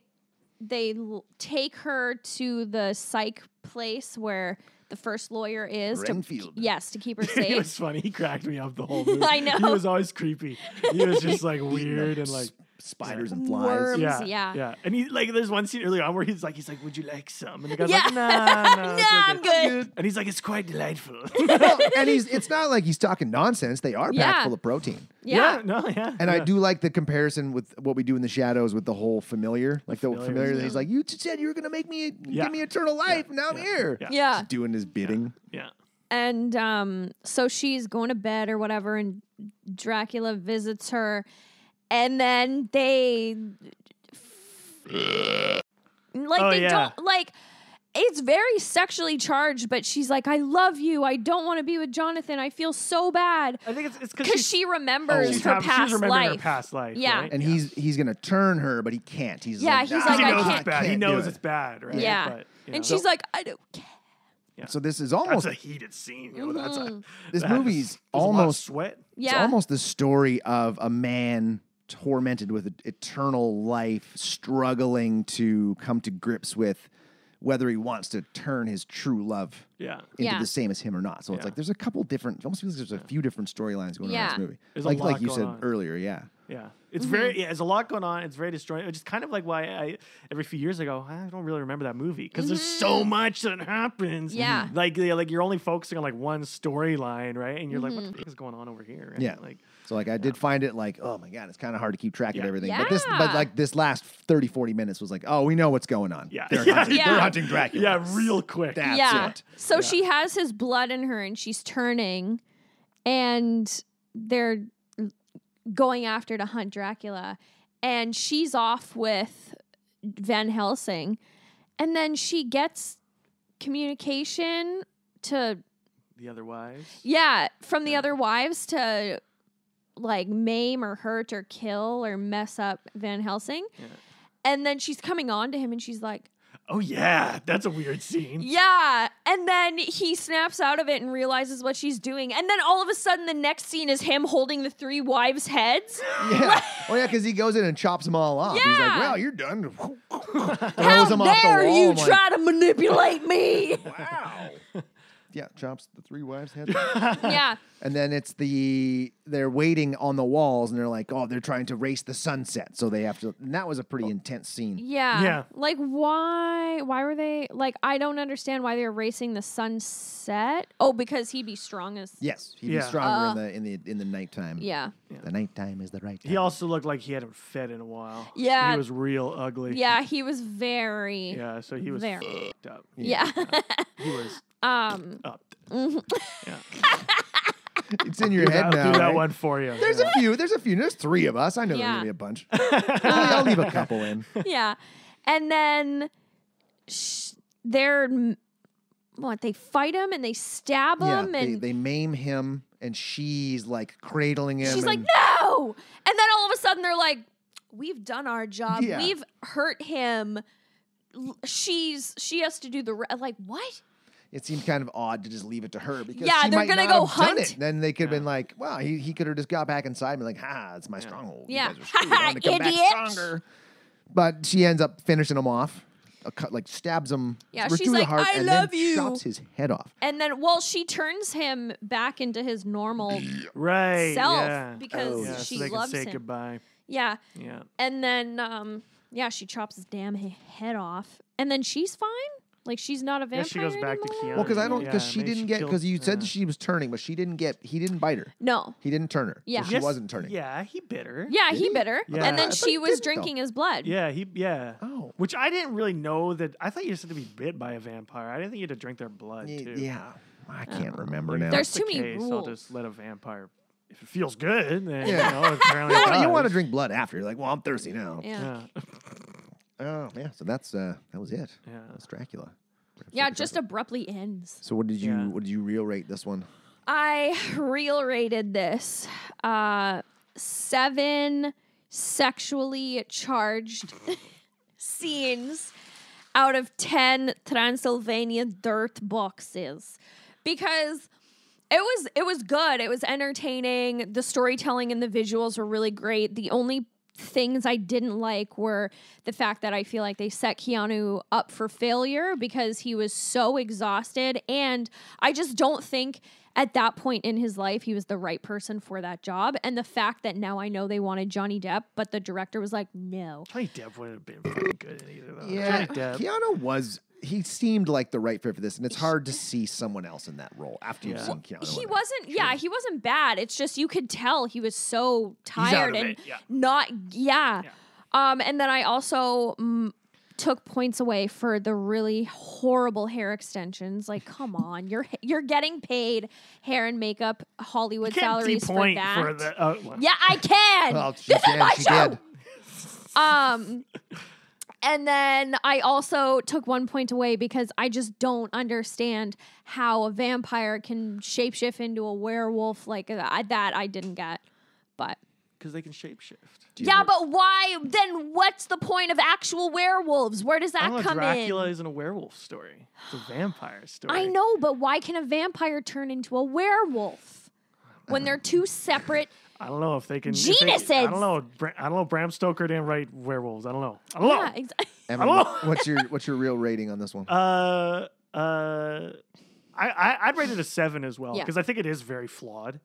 B: they l- take her to the psych place where the first lawyer is.
A: Renfield.
B: To, yes, to keep her
C: He was
B: safe.
C: funny. He cracked me up the whole movie.
B: I
C: He
B: know.
C: was always creepy. He was just like weird and
A: S-
C: like
A: spiders and flies.
B: Worm.
C: yeah,
B: yeah.
C: yeah. And he like there's one scene earlier on where he's like he's like, "Would you like some?" And the guy's
B: Yeah.
C: like, "Nah, no,
B: Nah,
C: it's okay."
B: I'm good.
C: And he's like, "It's quite delightful."
A: Well, and he's it's not like he's talking nonsense. They are
B: Yeah.
A: packed full of protein.
B: Yeah.
C: no, yeah.
A: And I
C: yeah.
A: do like the comparison with what we do in the shadows with the whole familiar, like the
C: familiar.
A: familiar. that he's like, you t- said you were gonna make me
C: Yeah.
A: give me eternal life. and Now I'm
C: yeah,
A: here.
C: yeah.
B: Yeah.
A: Just doing his bidding.
C: yeah,
B: And um, so she's going to bed or whatever, and Dracula visits her, and then they like
C: Oh,
B: they
C: yeah.
B: don't like. It's very sexually charged, but she's like, "I love you. I don't want to be with Jonathan. I feel so bad
C: I think it's it's
B: because
C: because
B: she remembers
C: she's,
B: her,
C: hav-
B: past
C: Oh, she's remembering
B: life.
C: her past life.
B: Yeah.
C: right?
A: And he's he's gonna turn her, but he can't. He's
B: Yeah,
A: like,
B: he's
A: "Nah,
B: like,
C: he
B: I
A: nah,
C: knows
B: can't-
C: it's bad. He
A: do
C: knows
A: it."
C: it's bad, right?
B: Yeah.
C: But, you know,
B: and she's like, "I don't care."
A: So this is almost
C: that's a heated scene. You know, that's a,
B: Mm-hmm.
A: This
C: that is-
A: movie's
C: there's a lot of
A: almost-
C: sweat.
B: Yeah,
A: It's almost the story of a man tormented with eternal life, struggling to come to grips with whether he wants to turn his true love
C: Yeah,
A: into
B: Yeah.
A: the same as him or not. So it's
C: Yeah.
A: like there's a couple different. It almost feels like there's a few different storylines going on
B: Yeah.
A: in this movie.
C: There's a
A: like
C: lot
A: like you
C: going
A: said
C: on.
A: earlier, yeah.
C: Yeah, it's
B: Mm-hmm.
C: very. Yeah, there's a lot going on. It's very destroying. Which is kind of like why I every few years I go, I don't really remember that movie because there's so much that happens.
B: Mm-hmm. Yeah.
C: like yeah, like you're only focusing on like one storyline, right? And you're like,
B: Mm-hmm.
C: what the fuck is going on over here? Right?
A: Yeah.
C: like
A: So like I did find it like, oh my god, it's kind of hard to keep track
C: Yeah.
A: of everything. But this
B: Yeah.
A: but like this last 30 40 minutes was like, oh, we know what's going on.
C: yeah,
A: They're
C: yeah,
A: hunting,
B: Yeah.
A: they're hunting Dracula.
C: yeah, real quick.
A: That's
B: yeah.
A: it.
B: So she has his blood in her and she's turning and they're going after to hunt Dracula and she's off with Van Helsing and then she gets communication to
C: The other wives.
B: yeah, from the other wives to like maim or hurt or kill or mess up Van Helsing.
C: Yeah.
B: And then she's coming on to him and she's like
C: Oh yeah, that's a weird scene.
B: yeah. And then he snaps out of it and realizes what she's doing. And then all of a sudden, the next scene is him holding the three wives' heads.
A: Yeah. oh yeah, because he goes in and chops them all off. He's like,
B: Yeah.
A: well, you're done. Throws
B: How
A: them
B: dare
A: off the wall.
B: you
A: I'm like,
B: try to manipulate me?
A: Wow. yeah, chops the three wives' heads.
B: yeah.
A: And then it's the they're waiting on the walls, and they're like, oh, they're trying to race the sunset, so they have to. And that was a
B: Oh.
A: pretty intense scene.
B: Yeah.
C: Yeah.
B: Like why why were they like I don't understand why they're racing the sunset? Oh, because he'd be strongest.
A: Yes, he'd
C: Yeah.
A: be stronger in the in the in the nighttime.
B: Uh. Yeah.
A: the nighttime is the right. Time.
C: He also looked like he hadn't fed in a while.
B: Yeah.
C: He was real ugly.
B: Yeah, he was very
C: Yeah, so he was
B: There.
C: fucked up.
B: Yeah.
C: He was
B: um
C: up.
A: it's in your head
C: I'll
A: now.
C: do that
A: right?
C: one for you.
A: There's a few. There's a few. There's three of us. I know there's
B: Yeah.
A: gonna be a bunch. I'll leave a couple in.
B: yeah. And then sh- they're m- what they fight him and they stab
A: Yeah,
B: him
A: they,
B: and
A: they maim him, and she's like cradling him.
B: she's like
A: and-
B: no. And then all of a sudden they're like we've done our job.
A: Yeah.
B: We've hurt him. L- She's she has to do the re- like what?
A: it seemed kind of odd to just leave it to her because
B: Yeah,
A: she
B: they're
A: might
B: gonna
A: not
B: go
A: have done
B: hunt.
A: it. Then they could have
C: Yeah.
A: been like, "Wow, he, he could have just got back inside and been like, ha, it's my stronghold. You
B: Yeah.
A: guys are screwed. I'm gonna come back
B: Idiot.
A: stronger." But she ends up finishing him off, a cut, like stabs him.
B: Yeah,
A: through
B: she's
A: the
B: like,
A: heart,
B: "I
A: and
B: love
A: then
B: you."
A: Chops his head off.
B: And then, well, she turns him back into his normal
C: right.
B: self
C: yeah.
B: because
A: Oh,
C: yeah,
B: she
C: so they
B: loves
C: can say
B: him.
C: goodbye.
B: Yeah.
C: Yeah.
B: And then, um, yeah, she chops his damn he- head off. And then she's fine. Like she's not a vampire
C: Yeah, she goes back to
B: anymore?
C: Keanu.
A: Well, because I don't, because
C: Yeah,
A: she
C: maybe
A: didn't
C: she
A: get,
C: killed-
A: because you said
C: yeah.
A: she was turning, but she didn't get, he didn't bite her.
B: No.
A: He didn't turn her. So
B: Yeah.
A: she
C: Yes,
A: wasn't turning.
C: Yeah, he bit her.
B: Yeah, he
A: he?
B: bit her.
C: Yeah.
B: And
C: I
B: then
A: thought he
B: she was
A: didn't, though.
B: drinking his blood.
C: Yeah, he yeah.
A: Oh.
C: Which I didn't really know that I thought you just had to be bit by a vampire. I didn't think you had to drink their blood
A: Y-
C: too.
A: Yeah. I can't remember now.
B: There's
C: If that's
B: too
C: the
B: many
C: case,
B: rules.
C: I'll just let a vampire if it feels good, then
A: Yeah.
C: you know, apparently it
A: You don't- you want to
C: does.
A: drink blood after. You're like, well, I'm thirsty now.
B: Yeah.
C: Yeah.
A: Oh, yeah. So that's, uh, that was it.
C: Yeah.
A: That's Dracula.
B: Yeah, it just abruptly ends.
A: So what did you
C: Yeah.
A: what did you real rate this one?
B: I real rated this uh, seven sexually charged scenes out of 10 Transylvania dirt boxes because it was it was good it was entertaining the storytelling and the visuals were really great the only things i didn't like were the fact that i feel like they set keanu up for failure because he was so exhausted and i just don't think at that point in his life he was the right person for that job and the fact that now i know they wanted johnny depp but the director was like no
C: Johnny Depp wouldn't have been fucking good in either though. Johnny Depp.
A: Keanu was he seemed like the right fit for this, and it's hard to see someone else in that role after you've
C: Yeah.
A: seen Keanu.
B: he
A: in it.
B: wasn't yeah he wasn't bad it's just you could tell he was so
C: out
B: tired
C: of
B: and
C: it, yeah.
B: not yeah.
C: Yeah.
B: um and then i also mm, took points away for the really horrible hair extensions like come on you're you're getting paid hair and makeup hollywood
C: Can't
B: salaries for
C: point
B: that
C: for the uh, well,
B: yeah i can
A: Well, she
B: this is
A: did.
B: my
A: she
B: show
A: did.
B: um and then I also took one point away because I just don't understand how a vampire can shapeshift into a werewolf like I, that I didn't get. But
C: because they can shapeshift.
B: yeah, but why then what's the point of actual werewolves? Where does
C: I
B: that
C: don't know,
B: come
C: Dracula
B: in?
C: isn't a werewolf story. It's a vampire story.
B: I know, but why can a vampire turn into a werewolf when they're two separate?
C: I don't know if they can. if they- I
B: Geniuses!
C: don't know. Bra- I don't know. Bram Stoker didn't write werewolves. I don't know. I don't know.
B: yeah, exactly.
A: Evan,
C: Hello?
A: what- what's your what's your real rating on this one?
C: Uh, uh, I, I I'd rate it a seven as well
B: Yeah.
C: because I think it is very flawed.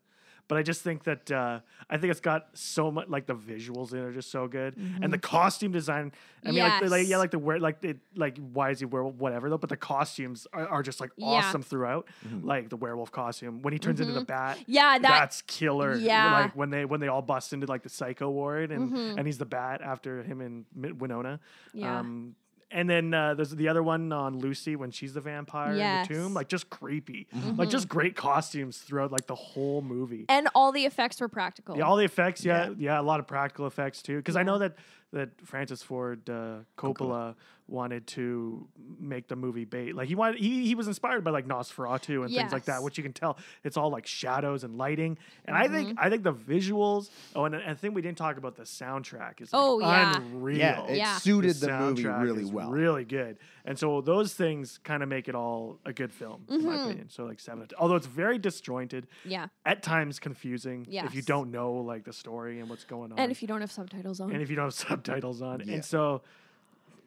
C: But I just think that uh, I think it's got so much like the visuals in it are just so good, and the costume design. I mean, like, the, like yeah,
B: Mm-hmm. Yes.
C: like the wear, like it, like why is he werewolf, whatever though. But the costumes are, are just like
B: Yeah. Mm-hmm.
C: awesome throughout. Like the werewolf costume when he turns into the bat.
B: Yeah, that-
C: that's killer.
B: yeah.
C: like when they when they all bust into like the psycho ward and and he's the bat after him and Mi- Winona.
B: Mm-hmm. Yeah.
C: Um, and then uh, there's the other one on Lucy when she's the vampire
B: Yes. Mm-hmm.
C: in the tomb, like just creepy, like just great costumes throughout like the whole movie.
B: and all the effects were practical.
C: Yeah, all the effects, yeah, yeah, a lot of practical effects too. Because I know that that Francis Ford uh, Coppola wanted to make the movie bait. Like he wanted, he he was inspired by like Nosferatu and things like that,
B: Yes.
C: which you can tell it's all like shadows and lighting. And I think I think the visuals. Oh, and, and I think we didn't talk about the soundtrack. Is like,
B: Oh, yeah.
C: unreal.
A: yeah, it
B: Yeah.
A: suited the, movie
C: soundtrack
A: really
C: is
A: well.
C: Really good. And so those things kind of make it all a good film, in my opinion. So like seven. out of ten. Although it's very disjointed.
B: Yeah.
C: At times confusing. If you
B: Yes.
C: don't know like the story and what's going on.
B: And if you don't have subtitles on,
C: and if you don't have subtitles on.
A: Yeah.
C: And so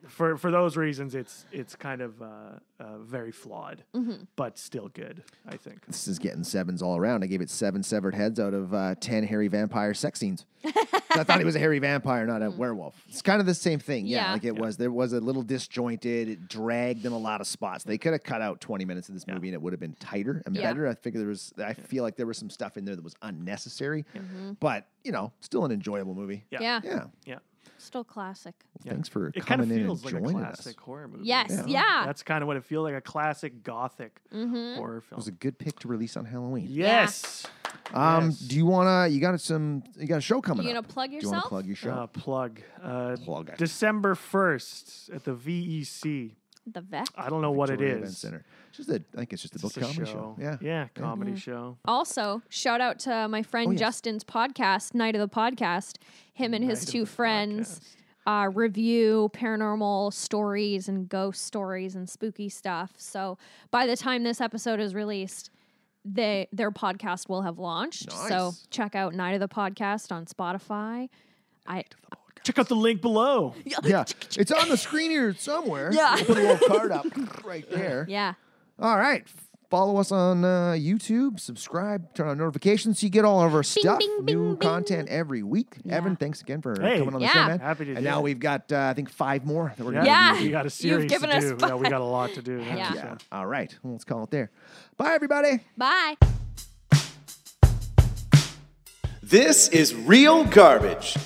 C: for for those reasons, it's it's kind of uh, uh, very flawed,
B: Mm-hmm.
C: but still good. I think.
A: This is getting sevens all around. I gave it seven severed heads out of uh, ten hairy vampire sex scenes. 'Cause I thought he was a hairy vampire, not a werewolf. It's kind of the same thing. Yeah,
B: Mm. Yeah.
A: like it was. There was a little disjointed. It dragged in a lot of spots. They could have cut out twenty minutes of this movie, and it would have been tighter and
B: Yeah.
A: better. I figure there was. I feel like there was some stuff in there that was unnecessary,
B: Mm-hmm.
A: but you know, still an enjoyable movie.
C: Yeah.
B: Yeah.
A: Yeah.
C: Yeah.
B: Still classic.
C: Yeah.
A: Thanks for
C: It kind of
A: coming in and
C: feels like a
A: joining us.
C: classic
A: It
C: horror movie.
B: Yes,
C: you know?
B: yeah. Mm-hmm.
C: That's kind of what it feels like—a classic gothic horror film.
A: was a good pick to release on Halloween.
C: yes.
A: Um,
C: Yes.
A: do you wanna? You got some? You got a show coming
B: You
A: up.
B: gonna plug
A: Do you wanna
B: yourself?
A: plug your show?
C: Uh, plug. Uh,
A: Plug it.
C: December first at the VEC.
B: The Vec.
C: I don't know what it
A: Victoria Event
C: is.
A: Center. It's just a, I think it's just a book
C: It's a
A: comedy show. Yeah.
C: Yeah. Comedy
B: Mm-hmm.
C: show.
B: Also, shout out to my
C: Oh,
B: friend
A: yes.
B: Justin's podcast, Night of the Podcast. Him and
C: Night
B: his
C: of
B: two
C: the
B: friends
C: Podcast.
B: uh, review paranormal stories and ghost stories and spooky stuff. So by the time this episode is released, they their podcast will have launched. So
A: Nice.
B: check out Night of the Podcast on Spotify. I
C: Check out the link below.
A: Yeah. It's on the screen here somewhere.
B: Yeah.
A: We'll put a little card up right there.
B: yeah.
A: All right. Follow us on uh, YouTube, subscribe, turn on notifications so you get all of our stuff,
B: bing,
A: new
B: bing, bing.
A: content every week.
B: Yeah.
A: Evan, thanks again for
C: Hey.
A: coming on the show,
B: Yeah.
A: man.
C: Happy to
A: and
C: do
A: now
C: it.
A: we've got, uh, I think, five more that we're going to
B: Yeah.
C: We got a
B: You've
C: series
B: given
C: to
B: us
C: do. Yeah, we got a lot to do.
B: Yeah.
C: so.
A: Yeah. All right. Well, let's call it there. Bye, everybody.
B: Bye.
E: This is real garbage.